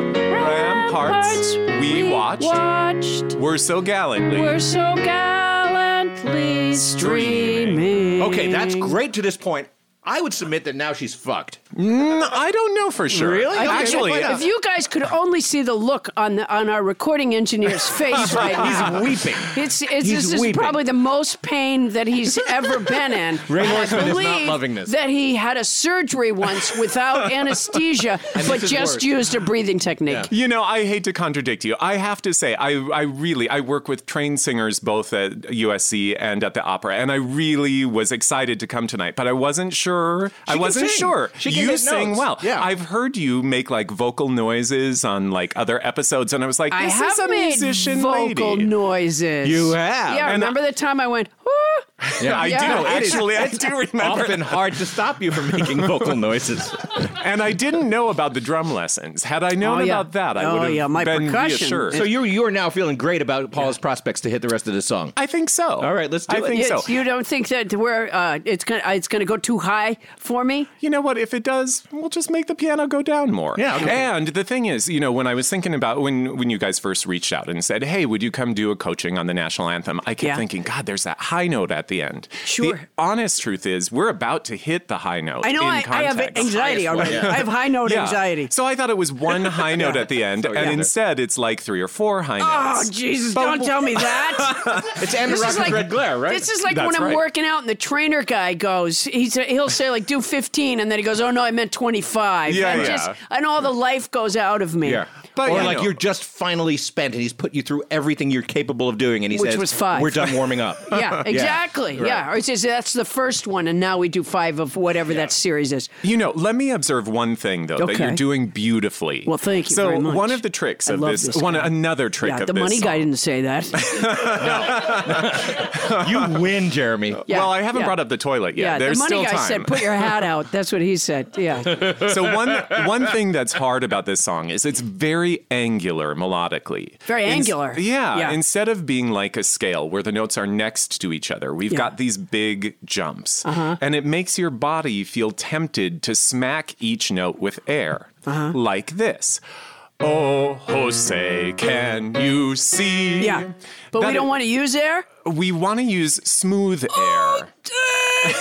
[SPEAKER 2] ramparts
[SPEAKER 10] Ramparts we watched.
[SPEAKER 2] watched
[SPEAKER 10] We're so gallantly.
[SPEAKER 2] were so gallantly streaming.
[SPEAKER 1] Okay, that's great to this point. I would submit that now she's fucked.
[SPEAKER 10] Mm, I don't know for sure.
[SPEAKER 1] Really? Okay,
[SPEAKER 10] Actually,
[SPEAKER 1] why not?
[SPEAKER 2] If you guys could only see the look on the, on our recording engineer's face right now.
[SPEAKER 1] He's weeping.
[SPEAKER 2] It's, it's
[SPEAKER 1] He's
[SPEAKER 2] this is
[SPEAKER 1] weeping.
[SPEAKER 2] probably the most pain that he's ever been in.
[SPEAKER 1] Ray
[SPEAKER 2] And I
[SPEAKER 1] Horseman is not
[SPEAKER 2] believe
[SPEAKER 1] loving this.
[SPEAKER 2] That he had a surgery once without anesthesia, but
[SPEAKER 1] this is
[SPEAKER 2] just
[SPEAKER 1] worse.
[SPEAKER 2] used a breathing technique.
[SPEAKER 10] You know, I hate to contradict you. I have to say, I, I really, I work with trained singers both at USC and at the opera, and I really was excited to come tonight, but I wasn't sure. I
[SPEAKER 1] can
[SPEAKER 10] wasn't
[SPEAKER 1] sing.
[SPEAKER 10] sure.
[SPEAKER 1] She can
[SPEAKER 10] you
[SPEAKER 1] hit
[SPEAKER 10] sing
[SPEAKER 1] notes.
[SPEAKER 10] well.
[SPEAKER 1] Yeah.
[SPEAKER 10] I've heard you make like vocal noises on like other episodes, and I was like,
[SPEAKER 2] I
[SPEAKER 10] this
[SPEAKER 2] have
[SPEAKER 10] is a
[SPEAKER 2] made
[SPEAKER 10] musician
[SPEAKER 2] vocal
[SPEAKER 10] lady.
[SPEAKER 2] noises.
[SPEAKER 1] You have.
[SPEAKER 2] Yeah,
[SPEAKER 10] And
[SPEAKER 2] remember the time I went, "Whoa,"
[SPEAKER 10] Yeah, I do.
[SPEAKER 7] It is-
[SPEAKER 10] Actually, I
[SPEAKER 7] it's
[SPEAKER 10] do remember.
[SPEAKER 7] Often hard to stop you from making vocal noises.
[SPEAKER 10] And I didn't know about the drum lessons. Had I known
[SPEAKER 2] Oh, yeah.
[SPEAKER 10] about that, I
[SPEAKER 2] Oh,
[SPEAKER 10] would have
[SPEAKER 2] yeah, my
[SPEAKER 10] been
[SPEAKER 2] percussion.
[SPEAKER 10] reassured.
[SPEAKER 1] So you you are now feeling great about Paul's prospects to hit the rest of the song.
[SPEAKER 10] I think so.
[SPEAKER 1] All right, let's do
[SPEAKER 10] I
[SPEAKER 1] it.
[SPEAKER 10] think
[SPEAKER 1] Yes,
[SPEAKER 10] so.
[SPEAKER 2] It's- you don't think that we're uh, it's gonna it's gonna go too high for me?
[SPEAKER 10] you know what? If it does, we'll just make the piano go down more.
[SPEAKER 1] Yeah, okay.
[SPEAKER 10] And the thing is, you know, when I was thinking about when when you guys first reached out and said, "Hey, would you come do a coaching on the national anthem?" I kept
[SPEAKER 2] Yeah.
[SPEAKER 10] thinking, God, there's that high note at the end.
[SPEAKER 2] Sure.
[SPEAKER 10] The honest truth is, we're about to hit the high note.
[SPEAKER 2] I know
[SPEAKER 10] in
[SPEAKER 2] I, I have
[SPEAKER 10] context.
[SPEAKER 2] anxiety already. I have high note anxiety.
[SPEAKER 10] So I thought it was one high note at the end, and instead it's like three or four high
[SPEAKER 2] Oh
[SPEAKER 10] notes.
[SPEAKER 2] Jesus!
[SPEAKER 10] But
[SPEAKER 2] Don't tell me that.
[SPEAKER 1] It's Amber Rock and Red Glare, right?
[SPEAKER 2] This is like
[SPEAKER 10] That's
[SPEAKER 2] when I'm
[SPEAKER 10] right.
[SPEAKER 2] working out and the trainer guy goes, he's he'll say like do 15, and then he goes, oh no, I meant 25.
[SPEAKER 10] Yeah,
[SPEAKER 2] and
[SPEAKER 10] yeah.
[SPEAKER 2] just and all the life goes out of me.
[SPEAKER 10] But,
[SPEAKER 1] or
[SPEAKER 10] you
[SPEAKER 1] like
[SPEAKER 10] know-
[SPEAKER 1] you're just finally spent, and he's put you through everything you're capable of doing, and he
[SPEAKER 2] Which
[SPEAKER 1] says,
[SPEAKER 2] was five.
[SPEAKER 1] "We're done warming up."
[SPEAKER 2] Yeah, exactly. Yeah, or it's just, that's the first one, and now we do five of whatever that series is.
[SPEAKER 10] You know, let me observe one thing though that
[SPEAKER 2] Okay.
[SPEAKER 10] you're doing beautifully.
[SPEAKER 2] Well, thank you
[SPEAKER 10] So
[SPEAKER 2] very much.
[SPEAKER 10] one of the tricks
[SPEAKER 2] I
[SPEAKER 10] of
[SPEAKER 2] love
[SPEAKER 10] this,
[SPEAKER 2] this
[SPEAKER 10] one
[SPEAKER 2] guy.
[SPEAKER 10] another trick
[SPEAKER 2] yeah,
[SPEAKER 10] of
[SPEAKER 2] the
[SPEAKER 10] this
[SPEAKER 2] money guy
[SPEAKER 10] song-
[SPEAKER 2] didn't say that.
[SPEAKER 1] you win, Jeremy.
[SPEAKER 2] Yeah,
[SPEAKER 10] well, I haven't
[SPEAKER 2] yeah.
[SPEAKER 10] brought up the toilet yet.
[SPEAKER 2] Yeah,
[SPEAKER 10] There's
[SPEAKER 2] the money
[SPEAKER 10] still
[SPEAKER 2] guy
[SPEAKER 10] time.
[SPEAKER 2] said, "Put your hat out." That's what he said. Yeah,
[SPEAKER 10] so one one thing that's hard about this song is it's very angular melodically.
[SPEAKER 2] Very
[SPEAKER 10] Ins-
[SPEAKER 2] angular.
[SPEAKER 10] yeah,
[SPEAKER 2] Yeah.
[SPEAKER 10] Instead of being like a scale where the notes are next to each other, we've
[SPEAKER 2] Yeah. Uh-huh.
[SPEAKER 10] got these big jumps, and it makes your body feel tempted to smack each note with air,
[SPEAKER 2] Uh-huh.
[SPEAKER 10] like this. Oh, Jose, can you see?
[SPEAKER 2] yeah. But
[SPEAKER 10] That
[SPEAKER 2] we don't
[SPEAKER 10] it-
[SPEAKER 2] want to use air. Oh,
[SPEAKER 10] We want to use smooth air.
[SPEAKER 1] No,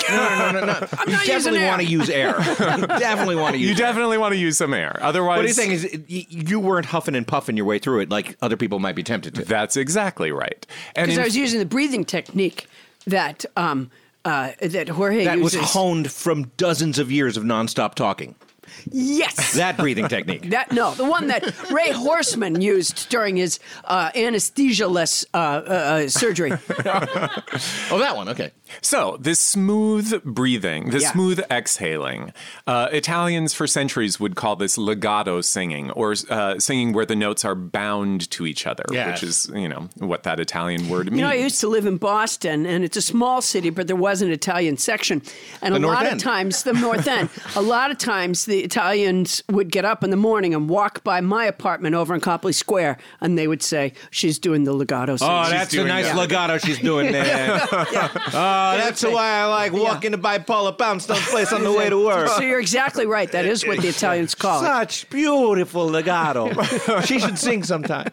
[SPEAKER 1] no, no, no. you
[SPEAKER 2] not using
[SPEAKER 1] definitely
[SPEAKER 2] air.
[SPEAKER 1] want to use air. You definitely want to use.
[SPEAKER 10] You definitely want to use some air. Otherwise,
[SPEAKER 1] What do you think is y- you weren't huffing and puffing your way through it like other people might be tempted to?
[SPEAKER 10] That's exactly right. And
[SPEAKER 2] Because
[SPEAKER 10] in
[SPEAKER 2] I was using the breathing technique that um, uh, that Jorge
[SPEAKER 1] That was
[SPEAKER 2] uses.
[SPEAKER 1] honed from dozens of years of nonstop talking.
[SPEAKER 2] Yes.
[SPEAKER 1] That breathing technique.
[SPEAKER 2] That no, the one that Ray Horseman used during his uh, anesthesia-less uh, uh, uh, surgery.
[SPEAKER 1] oh, that one. Okay.
[SPEAKER 10] So, this smooth breathing, this
[SPEAKER 2] Yeah.
[SPEAKER 10] smooth exhaling, uh, Italians for centuries would call this legato singing or uh, singing where the notes are bound to each other,
[SPEAKER 1] Yes.
[SPEAKER 10] which is, you know, what that Italian word means.
[SPEAKER 2] You know, I used to live in Boston, and it's a small city, but there was an Italian section. And a
[SPEAKER 1] North
[SPEAKER 2] lot
[SPEAKER 1] End.
[SPEAKER 2] of times, the North End, a lot of times the Italians would get up in the morning and walk by my apartment over in Copley Square, and they would say, She's doing the legato.
[SPEAKER 1] Oh,
[SPEAKER 2] singing."
[SPEAKER 1] that's a
[SPEAKER 10] doing
[SPEAKER 1] nice
[SPEAKER 10] that.
[SPEAKER 1] legato she's doing there. Oh, that's why I like walking by Paula Poundstone's place on the way to work.
[SPEAKER 2] So you're exactly right. That is what the Italians call it.
[SPEAKER 1] Such beautiful legato. she should sing sometime.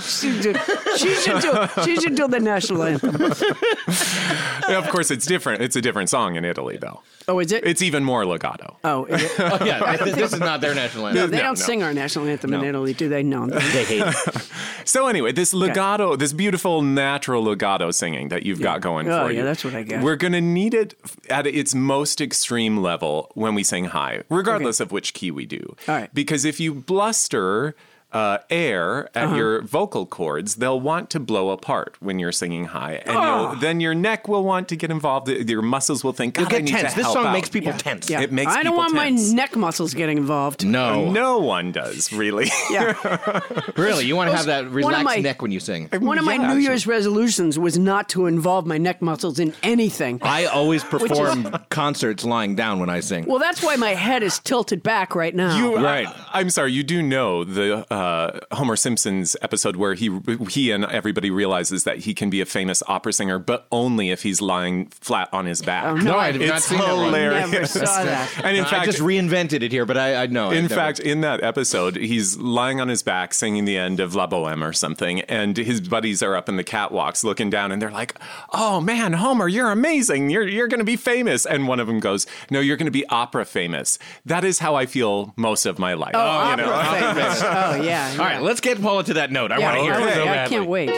[SPEAKER 2] She should, she should do, she should do the national anthem.
[SPEAKER 10] of course, it's different. It's a different song in Italy, though.
[SPEAKER 2] Oh, is it?
[SPEAKER 10] It's even more legato.
[SPEAKER 2] oh, is it?
[SPEAKER 1] Oh, yeah, this is not their national anthem.
[SPEAKER 2] They
[SPEAKER 10] No,
[SPEAKER 2] don't
[SPEAKER 10] no.
[SPEAKER 2] sing our national anthem in Italy, do they? No.
[SPEAKER 1] They hate it.
[SPEAKER 10] So anyway, this legato, this beautiful natural legato singing that you've got going
[SPEAKER 2] Oh,
[SPEAKER 10] for
[SPEAKER 2] yeah,
[SPEAKER 10] you.
[SPEAKER 2] that's what I got.
[SPEAKER 10] We're gonna need it f- at its most extreme level when we sing high, regardless of which key we do.
[SPEAKER 2] All right.
[SPEAKER 10] Because if you bluster uh, air at
[SPEAKER 2] Uh-huh.
[SPEAKER 10] your vocal cords, they'll want to blow apart when you're singing high, and
[SPEAKER 2] Ah.
[SPEAKER 10] you'll, then your neck will want to get involved. Your muscles will think, God,
[SPEAKER 1] You'll
[SPEAKER 10] I
[SPEAKER 1] get
[SPEAKER 10] need
[SPEAKER 1] tense.
[SPEAKER 10] to
[SPEAKER 1] This
[SPEAKER 10] help
[SPEAKER 1] song
[SPEAKER 10] out."
[SPEAKER 1] makes people tense.
[SPEAKER 2] Yeah.
[SPEAKER 10] It makes
[SPEAKER 2] I don't
[SPEAKER 10] people
[SPEAKER 2] want
[SPEAKER 10] tense.
[SPEAKER 2] my neck muscles getting involved.
[SPEAKER 1] No.
[SPEAKER 10] No one does really.
[SPEAKER 2] Yeah.
[SPEAKER 1] Really, you want to have that
[SPEAKER 2] One of
[SPEAKER 1] relaxed
[SPEAKER 2] my-
[SPEAKER 1] neck when you sing.
[SPEAKER 2] One of my
[SPEAKER 10] Yeah,
[SPEAKER 2] New
[SPEAKER 10] actually.
[SPEAKER 2] Year's resolutions was not to involve my neck muscles in anything.
[SPEAKER 1] I always perform concerts lying down when I sing.
[SPEAKER 2] Well, that's why my head is tilted back right now. Oh,
[SPEAKER 10] You,
[SPEAKER 1] Right.
[SPEAKER 10] I, am sorry. You do know the uh, Homer Simpson's episode where he he and everybody realizes that he can be a famous opera singer, but only if he's lying flat on his back.
[SPEAKER 2] Oh, no, No, I
[SPEAKER 1] have
[SPEAKER 10] it's
[SPEAKER 1] not seen that one.
[SPEAKER 10] hilarious.
[SPEAKER 2] never saw that.
[SPEAKER 10] And in
[SPEAKER 1] I
[SPEAKER 10] fact,
[SPEAKER 1] just reinvented it here, but I, I know. I
[SPEAKER 10] in
[SPEAKER 1] never-
[SPEAKER 10] fact, in that episode, he's lying on his back singing the end of La Boheme or something, and his buddies are up in the catwalks looking down, and they're like, "Oh man, Homer, you're amazing. You're you're going to be famous." And one of them goes, "No, you're going to be opera famous." That is how I feel most of my life.
[SPEAKER 2] oh, opera famous. oh, yeah.
[SPEAKER 1] All right, let's get Paula to that note. I
[SPEAKER 2] Yeah,
[SPEAKER 1] want to hear
[SPEAKER 2] I,
[SPEAKER 1] it.
[SPEAKER 10] so
[SPEAKER 2] I
[SPEAKER 10] badly.
[SPEAKER 2] can't wait.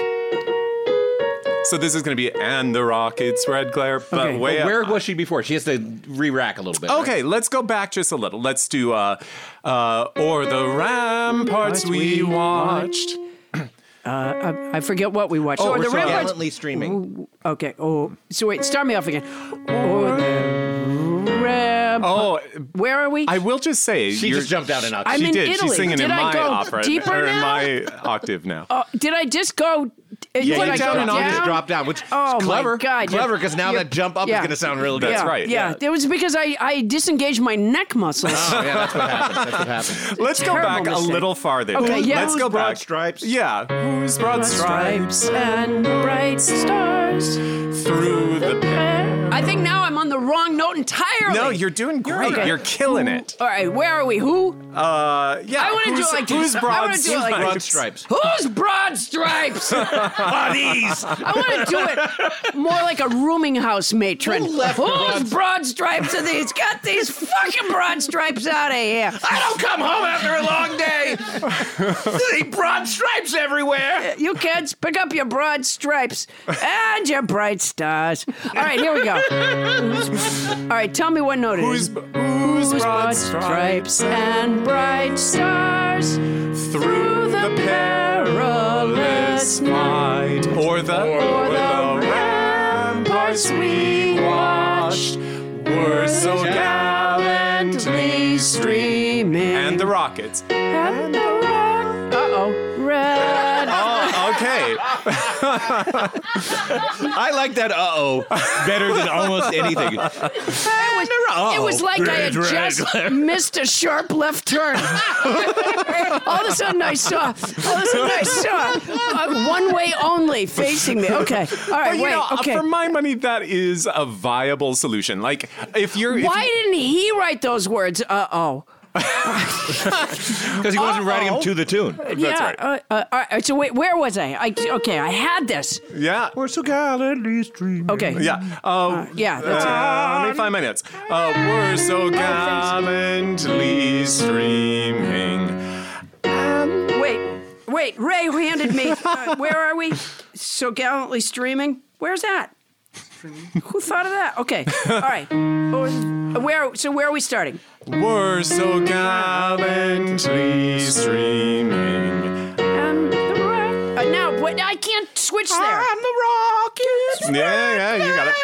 [SPEAKER 10] So this is going to be and the Rockets, Red Glare, but
[SPEAKER 2] Okay.
[SPEAKER 10] way up.
[SPEAKER 1] Where was she before? She has to re-rack a little bit. right?
[SPEAKER 10] Okay, let's go back just a little. Let's do uh, uh, or the ramparts we watched.
[SPEAKER 2] Uh, I forget what we
[SPEAKER 10] Oh,
[SPEAKER 2] watched. or
[SPEAKER 1] we're
[SPEAKER 2] the
[SPEAKER 1] so
[SPEAKER 2] Ramparts.
[SPEAKER 1] gallantly streaming.
[SPEAKER 2] Okay. Oh, so wait. Start me off again. Or Oh, the uh,
[SPEAKER 10] Oh,
[SPEAKER 2] where are we?
[SPEAKER 10] I will just say
[SPEAKER 9] She
[SPEAKER 10] you're-
[SPEAKER 9] just jumped out an octave.
[SPEAKER 2] I'm
[SPEAKER 10] she
[SPEAKER 2] in
[SPEAKER 10] did.
[SPEAKER 2] Italy.
[SPEAKER 10] She's singing
[SPEAKER 2] Did
[SPEAKER 10] in
[SPEAKER 2] I
[SPEAKER 10] my
[SPEAKER 2] go
[SPEAKER 10] opera
[SPEAKER 2] deeper
[SPEAKER 10] or in
[SPEAKER 2] now?
[SPEAKER 10] my octave now.
[SPEAKER 2] Oh, did I just go? Yeah,
[SPEAKER 10] you
[SPEAKER 2] did I
[SPEAKER 10] dropped
[SPEAKER 2] go
[SPEAKER 10] down.
[SPEAKER 2] down?
[SPEAKER 10] You
[SPEAKER 9] just dropped down, which is
[SPEAKER 2] oh
[SPEAKER 9] clever.
[SPEAKER 2] My God.
[SPEAKER 9] Clever,
[SPEAKER 2] You're-
[SPEAKER 9] 'cause now
[SPEAKER 2] you're-
[SPEAKER 9] that jump up is gonna sound really good.
[SPEAKER 10] That's right,
[SPEAKER 2] Yeah.
[SPEAKER 10] yeah.
[SPEAKER 2] it was because I I disengaged my neck muscles.
[SPEAKER 1] Oh,
[SPEAKER 9] yeah, that's what happened. That's what happened.
[SPEAKER 10] Let's go
[SPEAKER 2] terrible
[SPEAKER 10] back
[SPEAKER 2] mistake.
[SPEAKER 10] a little farther.
[SPEAKER 2] Okay, yeah.
[SPEAKER 10] Let's go
[SPEAKER 9] Whose broad
[SPEAKER 10] back.
[SPEAKER 9] stripes?
[SPEAKER 10] Yeah. Who's broad stripes
[SPEAKER 2] and bright stars.
[SPEAKER 10] through the
[SPEAKER 2] I think now I'm on the wrong note entirely.
[SPEAKER 10] No, you're doing great.
[SPEAKER 2] okay.
[SPEAKER 10] You're killing it.
[SPEAKER 2] All right, where are we? Who?
[SPEAKER 10] Uh, yeah.
[SPEAKER 2] I wanna do it
[SPEAKER 10] who's-
[SPEAKER 2] like this.
[SPEAKER 10] Who's
[SPEAKER 2] I
[SPEAKER 10] broad
[SPEAKER 2] wanna do it like
[SPEAKER 10] stripes?
[SPEAKER 9] Broad stripes.
[SPEAKER 2] Who's broad stripes?
[SPEAKER 9] Bodies.
[SPEAKER 2] I want to do it more like a rooming house matron.
[SPEAKER 9] Who left
[SPEAKER 2] Whose broad stripes are these? Got these fucking broad stripes out of here.
[SPEAKER 9] I don't come home after a long day. See broad stripes everywhere.
[SPEAKER 2] You kids, pick up your broad stripes and your bright stars. All right, here we go. All right, tell me what note it
[SPEAKER 10] Who's,
[SPEAKER 2] is.
[SPEAKER 10] who's
[SPEAKER 2] Whose
[SPEAKER 10] broad stripes
[SPEAKER 2] and bright stars
[SPEAKER 10] through the perilous night, or the or the ramparts we watched were so gallantly streamed, and the rockets.
[SPEAKER 2] and the rock. Uh-oh. Red.
[SPEAKER 10] Oh, okay.
[SPEAKER 9] I like that. Uh oh, better than almost anything.
[SPEAKER 2] It was, it
[SPEAKER 10] Oh.
[SPEAKER 2] was like I had
[SPEAKER 9] red,
[SPEAKER 2] just missed a sharp left turn. all of a sudden, I saw. All of a sudden, I saw uh, one way only facing me. Okay, all right,
[SPEAKER 10] But you
[SPEAKER 2] wait.
[SPEAKER 10] know, uh,
[SPEAKER 2] okay,
[SPEAKER 10] for my money, that is a viable solution. Like, if you're if
[SPEAKER 2] why
[SPEAKER 10] you-
[SPEAKER 2] didn't he write those words? Uh oh.
[SPEAKER 9] Because he wasn't writing them to the tune.
[SPEAKER 2] yeah.
[SPEAKER 10] right.
[SPEAKER 2] Uh, uh, all right. So wait, where was I? I? Okay, I had this.
[SPEAKER 10] yeah,
[SPEAKER 9] We're so gallantly streaming.
[SPEAKER 2] Okay.
[SPEAKER 10] yeah. Uh,
[SPEAKER 2] Yeah. That's it.
[SPEAKER 10] Uh, only five minutes. Uh, we're so gallantly streaming.
[SPEAKER 2] Wait, wait. Ray handed me. Uh, where are we? So gallantly streaming. Where's that? Who thought of that? Okay. All right. Oh, Where? So where are we starting?
[SPEAKER 10] We're so gallantly streaming.
[SPEAKER 2] Uh, now, what? I can't switch there.
[SPEAKER 10] I'm the rocket. Yeah, yeah, you got it.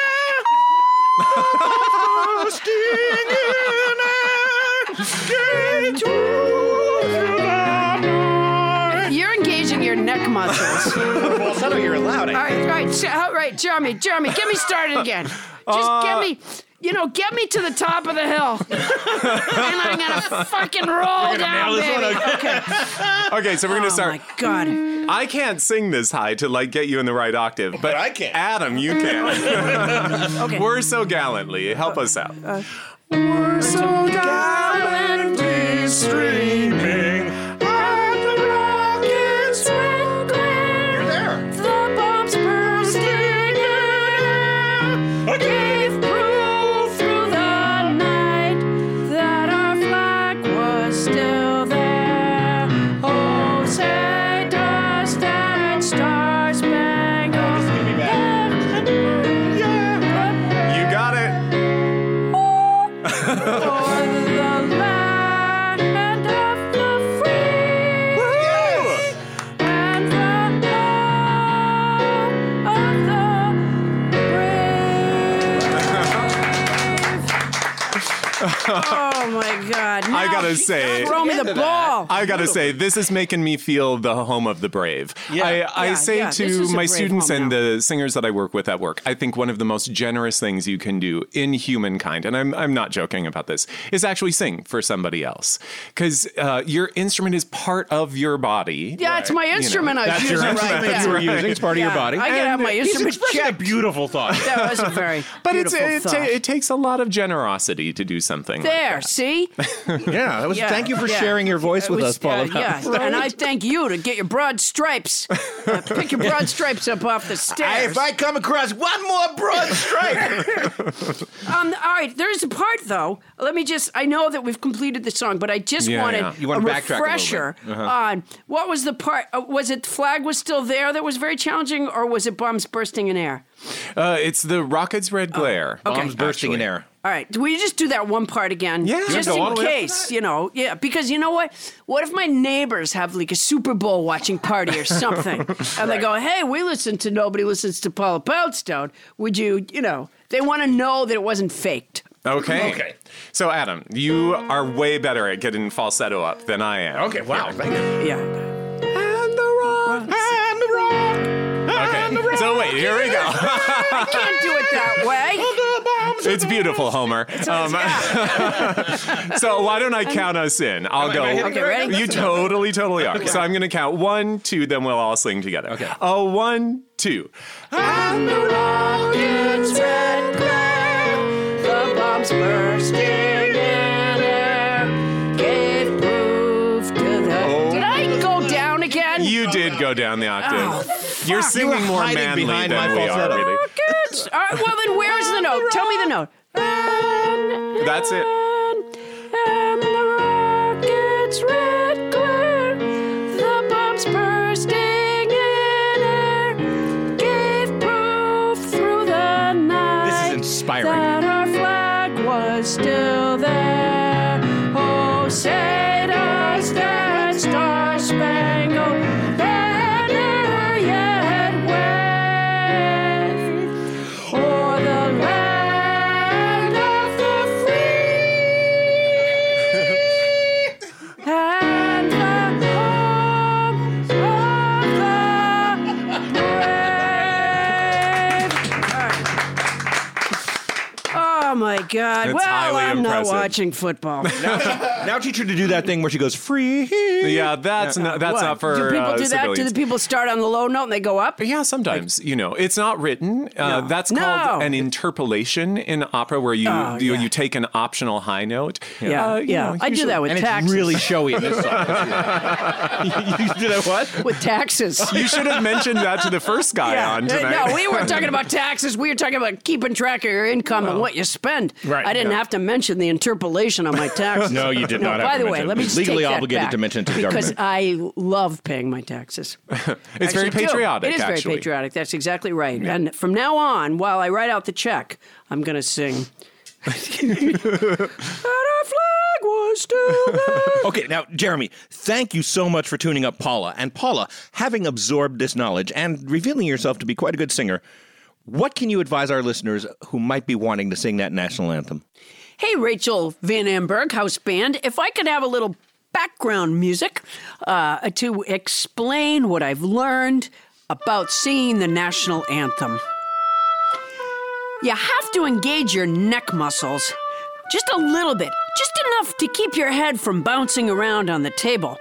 [SPEAKER 2] You're engaging your neck muscles. all
[SPEAKER 9] Well, some of you are allowed. I
[SPEAKER 2] right, all right, so- all right, Jeremy, Jeremy, get me started again. Just
[SPEAKER 9] Uh,
[SPEAKER 2] get me. You know, get me to the top of the hill, and I'm gonna fucking roll down,
[SPEAKER 9] nail this
[SPEAKER 2] baby.
[SPEAKER 9] one
[SPEAKER 2] Okay.
[SPEAKER 10] Okay, so we're gonna
[SPEAKER 2] Oh
[SPEAKER 10] start.
[SPEAKER 2] my god.
[SPEAKER 10] I can't sing this high to like get you in the right octave, but,
[SPEAKER 9] I can.
[SPEAKER 10] Adam, you can.
[SPEAKER 2] Okay.
[SPEAKER 10] We're so gallantly. Help us out. Uh, We're so gallantly streaming. And the rockets twinkling. You're there. The bombs bursting in air. Gave proof through the night that our flag was still there. Oh, say does that star spangled. You got it. Woo!
[SPEAKER 2] Oh my God!
[SPEAKER 10] I
[SPEAKER 2] Now
[SPEAKER 10] gotta
[SPEAKER 2] she-
[SPEAKER 10] say-
[SPEAKER 2] throw me the
[SPEAKER 9] Into that.
[SPEAKER 2] ball.
[SPEAKER 10] I gotta say, this is making me feel the home of the brave.
[SPEAKER 9] Yeah.
[SPEAKER 10] I, I
[SPEAKER 2] Yeah,
[SPEAKER 10] say
[SPEAKER 2] yeah, this
[SPEAKER 10] to
[SPEAKER 2] is a
[SPEAKER 10] my
[SPEAKER 2] brave
[SPEAKER 10] students
[SPEAKER 2] home
[SPEAKER 10] and
[SPEAKER 2] now.
[SPEAKER 10] the singers that I work with at work, I think one of the most generous things you can do in humankind, and I'm, I'm not joking about this, is actually sing for somebody else. Because uh, your instrument is part of your body.
[SPEAKER 2] yeah, it's my instrument. I was
[SPEAKER 9] That's your
[SPEAKER 2] using right
[SPEAKER 9] instrument
[SPEAKER 2] there.
[SPEAKER 9] you were using. It's part of
[SPEAKER 2] Yeah,
[SPEAKER 9] your body.
[SPEAKER 2] I gotta have my
[SPEAKER 9] he's
[SPEAKER 2] instrument
[SPEAKER 9] expressing
[SPEAKER 2] checked.
[SPEAKER 9] a beautiful thought.
[SPEAKER 2] That was a very
[SPEAKER 10] But it's,
[SPEAKER 2] beautiful
[SPEAKER 10] it, ta-
[SPEAKER 2] thought.
[SPEAKER 10] it takes a lot of generosity to do something. like
[SPEAKER 2] there,
[SPEAKER 10] that.
[SPEAKER 2] see?
[SPEAKER 9] yeah, that was,
[SPEAKER 2] Yeah,
[SPEAKER 9] thank you for
[SPEAKER 2] yeah.
[SPEAKER 9] sharing your voice
[SPEAKER 2] It
[SPEAKER 9] with
[SPEAKER 2] was-
[SPEAKER 9] us, Paul.
[SPEAKER 2] uh, yeah, and I thank you to get your broad stripes, uh, pick your broad stripes up off the
[SPEAKER 9] I-
[SPEAKER 2] stairs.
[SPEAKER 9] if I come across one more broad stripe,
[SPEAKER 2] Um, all right, there's a part though. Let me just. I know that we've completed the song, but I just
[SPEAKER 10] Yeah,
[SPEAKER 2] wanted
[SPEAKER 10] yeah. You
[SPEAKER 9] wanna
[SPEAKER 2] a
[SPEAKER 9] backtrack a little
[SPEAKER 2] refresher
[SPEAKER 10] Uh-huh.
[SPEAKER 2] on what was the part. Uh, was it flag was still there that was very challenging, or was it bombs bursting in air?
[SPEAKER 10] Uh, it's the rocket's
[SPEAKER 2] Oh,
[SPEAKER 10] red glare.
[SPEAKER 9] bombs bursting in air.
[SPEAKER 2] All right, will you just do that one part again?
[SPEAKER 10] Yeah,
[SPEAKER 2] just
[SPEAKER 10] go
[SPEAKER 2] in
[SPEAKER 10] all the way up to
[SPEAKER 2] case, you know. Yeah, because you know what? What if my neighbors have like a Super Bowl watching party or something, and they go, "Hey, we listen to nobody listens to Paula Poundstone." Would you, you know, they want to know that it wasn't faked.
[SPEAKER 10] Okay.
[SPEAKER 11] Okay.
[SPEAKER 10] So, Adam, you are way better at getting falsetto up than I am.
[SPEAKER 11] Okay, wow. Thank you.
[SPEAKER 2] Yeah.
[SPEAKER 10] And the rock. And the rock. Okay. So wait, here we go.
[SPEAKER 3] I can't do it that way.
[SPEAKER 10] It's beautiful, Homer. Um, so why don't I count us in? I'll go.
[SPEAKER 11] hitting
[SPEAKER 3] Okay, ready?
[SPEAKER 10] You totally, totally are. So I'm gonna count one, two, then we'll all sing together.
[SPEAKER 11] Okay.
[SPEAKER 10] Oh, one, two. And the rock is red
[SPEAKER 3] The bombs bursting in air gave proof to the. Did I go down again?
[SPEAKER 10] You did go down the octave. You're
[SPEAKER 11] You were
[SPEAKER 10] singing more
[SPEAKER 11] hiding
[SPEAKER 10] manly
[SPEAKER 11] behind
[SPEAKER 10] than
[SPEAKER 11] my
[SPEAKER 10] we are,
[SPEAKER 11] falsetto.
[SPEAKER 10] really.
[SPEAKER 3] Good. All right, well, then where's the note? Tell me the note. And-
[SPEAKER 10] That's it.
[SPEAKER 3] And, and the rocket's red glare, the bombs bursting in air, gave proof through the night.
[SPEAKER 11] inspiring.
[SPEAKER 3] That our flag was still there. Oh, say does that star spangled banner yet wave? O'er the land of the free and the home of the brave.
[SPEAKER 2] Oh my God.
[SPEAKER 10] It's
[SPEAKER 2] well,
[SPEAKER 10] highly
[SPEAKER 2] I'm not
[SPEAKER 10] impressive.
[SPEAKER 2] watching football.
[SPEAKER 1] Now teach her to do that thing where she goes free.
[SPEAKER 10] Yeah, that's not that's
[SPEAKER 2] What?
[SPEAKER 10] not for
[SPEAKER 2] do people
[SPEAKER 10] uh,
[SPEAKER 2] do that? Do
[SPEAKER 10] civilians.
[SPEAKER 2] the people start on the low note and they go up?
[SPEAKER 10] Yeah, sometimes you know it's not written. Uh,
[SPEAKER 2] No.
[SPEAKER 10] That's
[SPEAKER 2] No.
[SPEAKER 10] called an interpolation in opera, where you
[SPEAKER 2] Oh,
[SPEAKER 10] you,
[SPEAKER 2] yeah.
[SPEAKER 10] you take an optional high note.
[SPEAKER 2] Yeah,
[SPEAKER 10] Uh, you
[SPEAKER 2] yeah.
[SPEAKER 10] know,
[SPEAKER 2] I do that
[SPEAKER 10] usually-
[SPEAKER 2] with
[SPEAKER 11] And it's
[SPEAKER 2] taxes.
[SPEAKER 11] really showy in this song. you did a what?
[SPEAKER 2] with taxes.
[SPEAKER 10] You should have mentioned that to the first guy on
[SPEAKER 2] Uh,
[SPEAKER 10] tonight.
[SPEAKER 2] No, we weren't talking about taxes. We were talking about keeping track of your income and what you spend.
[SPEAKER 11] Right,
[SPEAKER 2] I didn't have to mention the interpolation on my taxes.
[SPEAKER 11] No, you did not have
[SPEAKER 2] By
[SPEAKER 11] to
[SPEAKER 2] the way,
[SPEAKER 11] mention it.
[SPEAKER 2] let me just
[SPEAKER 11] Legally
[SPEAKER 2] take that
[SPEAKER 11] obligated
[SPEAKER 2] back
[SPEAKER 11] to mention it to the
[SPEAKER 2] because I love paying my taxes.
[SPEAKER 10] it's very
[SPEAKER 2] Actually do.
[SPEAKER 10] patriotic.
[SPEAKER 2] It is
[SPEAKER 10] actually.
[SPEAKER 2] very patriotic. That's exactly right. And from now on, while I write out the check, I'm going to sing. and our flag was still there.
[SPEAKER 1] Okay, now, Jeremy, thank you so much for tuning up Paula. And Paula, having absorbed this knowledge and revealing yourself to be quite a good singer, what can you advise our listeners who might be wanting to sing that national anthem?
[SPEAKER 2] Hey, Rachel Van Amberg, house band, if I could have a little background music uh, to explain what I've learned about singing the national anthem. You have to engage your neck muscles just a little bit, just enough to keep your head from bouncing around on the table.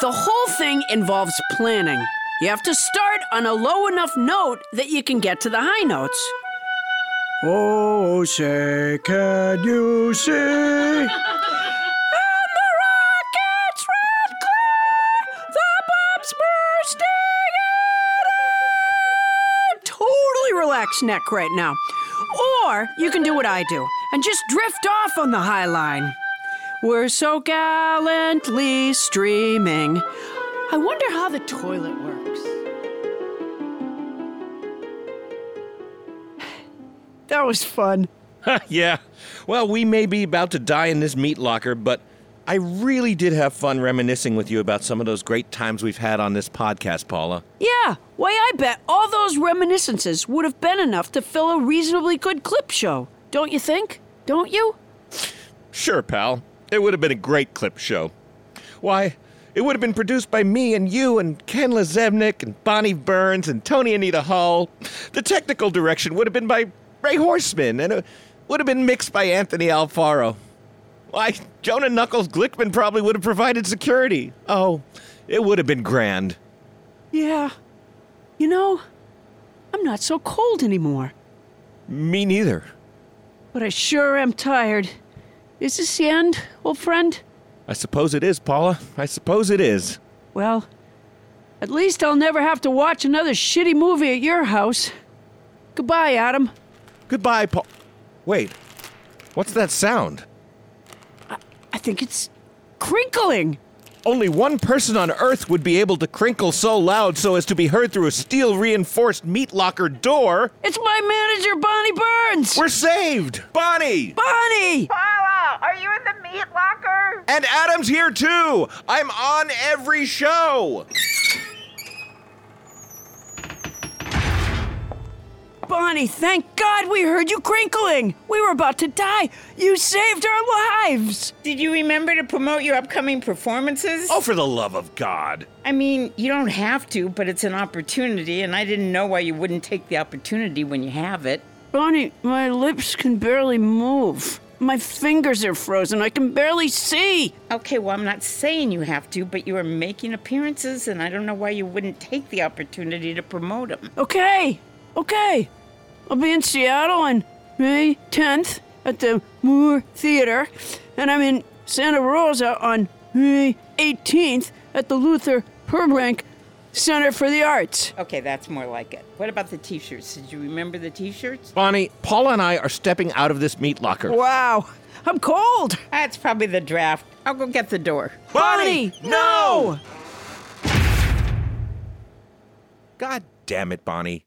[SPEAKER 2] The whole thing involves planning. You have to start on a low enough note that you can get to the high notes. Oh, say, can you see? and the rocket's red glare, the bombs bursting in air. Totally relaxed neck right now. Or you can do what I do and just drift off on the high line. We're so gallantly streaming. I wonder how the toilet works. That was fun.
[SPEAKER 1] Yeah. Well, we may be about to die in this meat locker, but I really did have fun reminiscing with you about some of those great times we've had on this podcast, Paula.
[SPEAKER 2] Yeah, why, I bet all those reminiscences would have been enough to fill a reasonably good clip show, don't you think? Don't you?
[SPEAKER 1] Sure, pal. It would have been a great clip show. Why, it would have been produced by me and you and Ken Lazebnik and Bonnie Burns and Tony Anita Hull. The technical direction would have been by Ray Horseman and it would have been mixed by Anthony Alfaro. Why, Jonah Knuckles Glickman probably would have provided security. Oh, it would have been grand.
[SPEAKER 2] Yeah. You know, I'm not so cold anymore,
[SPEAKER 1] Me neither.
[SPEAKER 2] but I sure am tired. Is this the end, old friend?
[SPEAKER 1] I suppose it is, Paula. I suppose it is.
[SPEAKER 2] Well, at least I'll never have to watch another shitty movie at your house. Goodbye, Adam.
[SPEAKER 1] Goodbye, Paul. Wait, what's that sound?
[SPEAKER 2] I think it's crinkling.
[SPEAKER 1] Only one person on Earth would be able to crinkle so loud so as to be heard through a steel reinforced meat locker door.
[SPEAKER 2] It's my manager, Bonnie Burns.
[SPEAKER 1] We're saved! Bonnie!
[SPEAKER 2] Bonnie!
[SPEAKER 7] Paula, are you in the meat locker?
[SPEAKER 1] And Adam's here too! I'm on every show!
[SPEAKER 2] Bonnie, thank God we heard you crinkling. We were about to die. You saved our lives.
[SPEAKER 12] Did you remember to promote your upcoming performances?
[SPEAKER 1] Oh, for the love of God.
[SPEAKER 12] I mean, you don't have to, but it's an opportunity, and I didn't know why you wouldn't take the opportunity when you have it.
[SPEAKER 2] Bonnie, my lips can barely move. My fingers are frozen. I can barely see.
[SPEAKER 12] Okay, well, I'm not saying you have to, but you are making appearances, and I don't know why you wouldn't take the opportunity to promote them.
[SPEAKER 2] Okay, okay. I'll be in Seattle on May 10th at the Moore Theater, and I'm in Santa Rosa on May 18th at the Luther Burbank Center for the Arts.
[SPEAKER 12] Okay, that's more like it. What about the t shirts? Did you remember the t shirts?
[SPEAKER 1] Bonnie, Paula and I are stepping out of this meat locker.
[SPEAKER 2] Wow, I'm cold.
[SPEAKER 12] That's probably the draft. I'll go get the door.
[SPEAKER 2] Bonnie, no!
[SPEAKER 1] God damn it, Bonnie.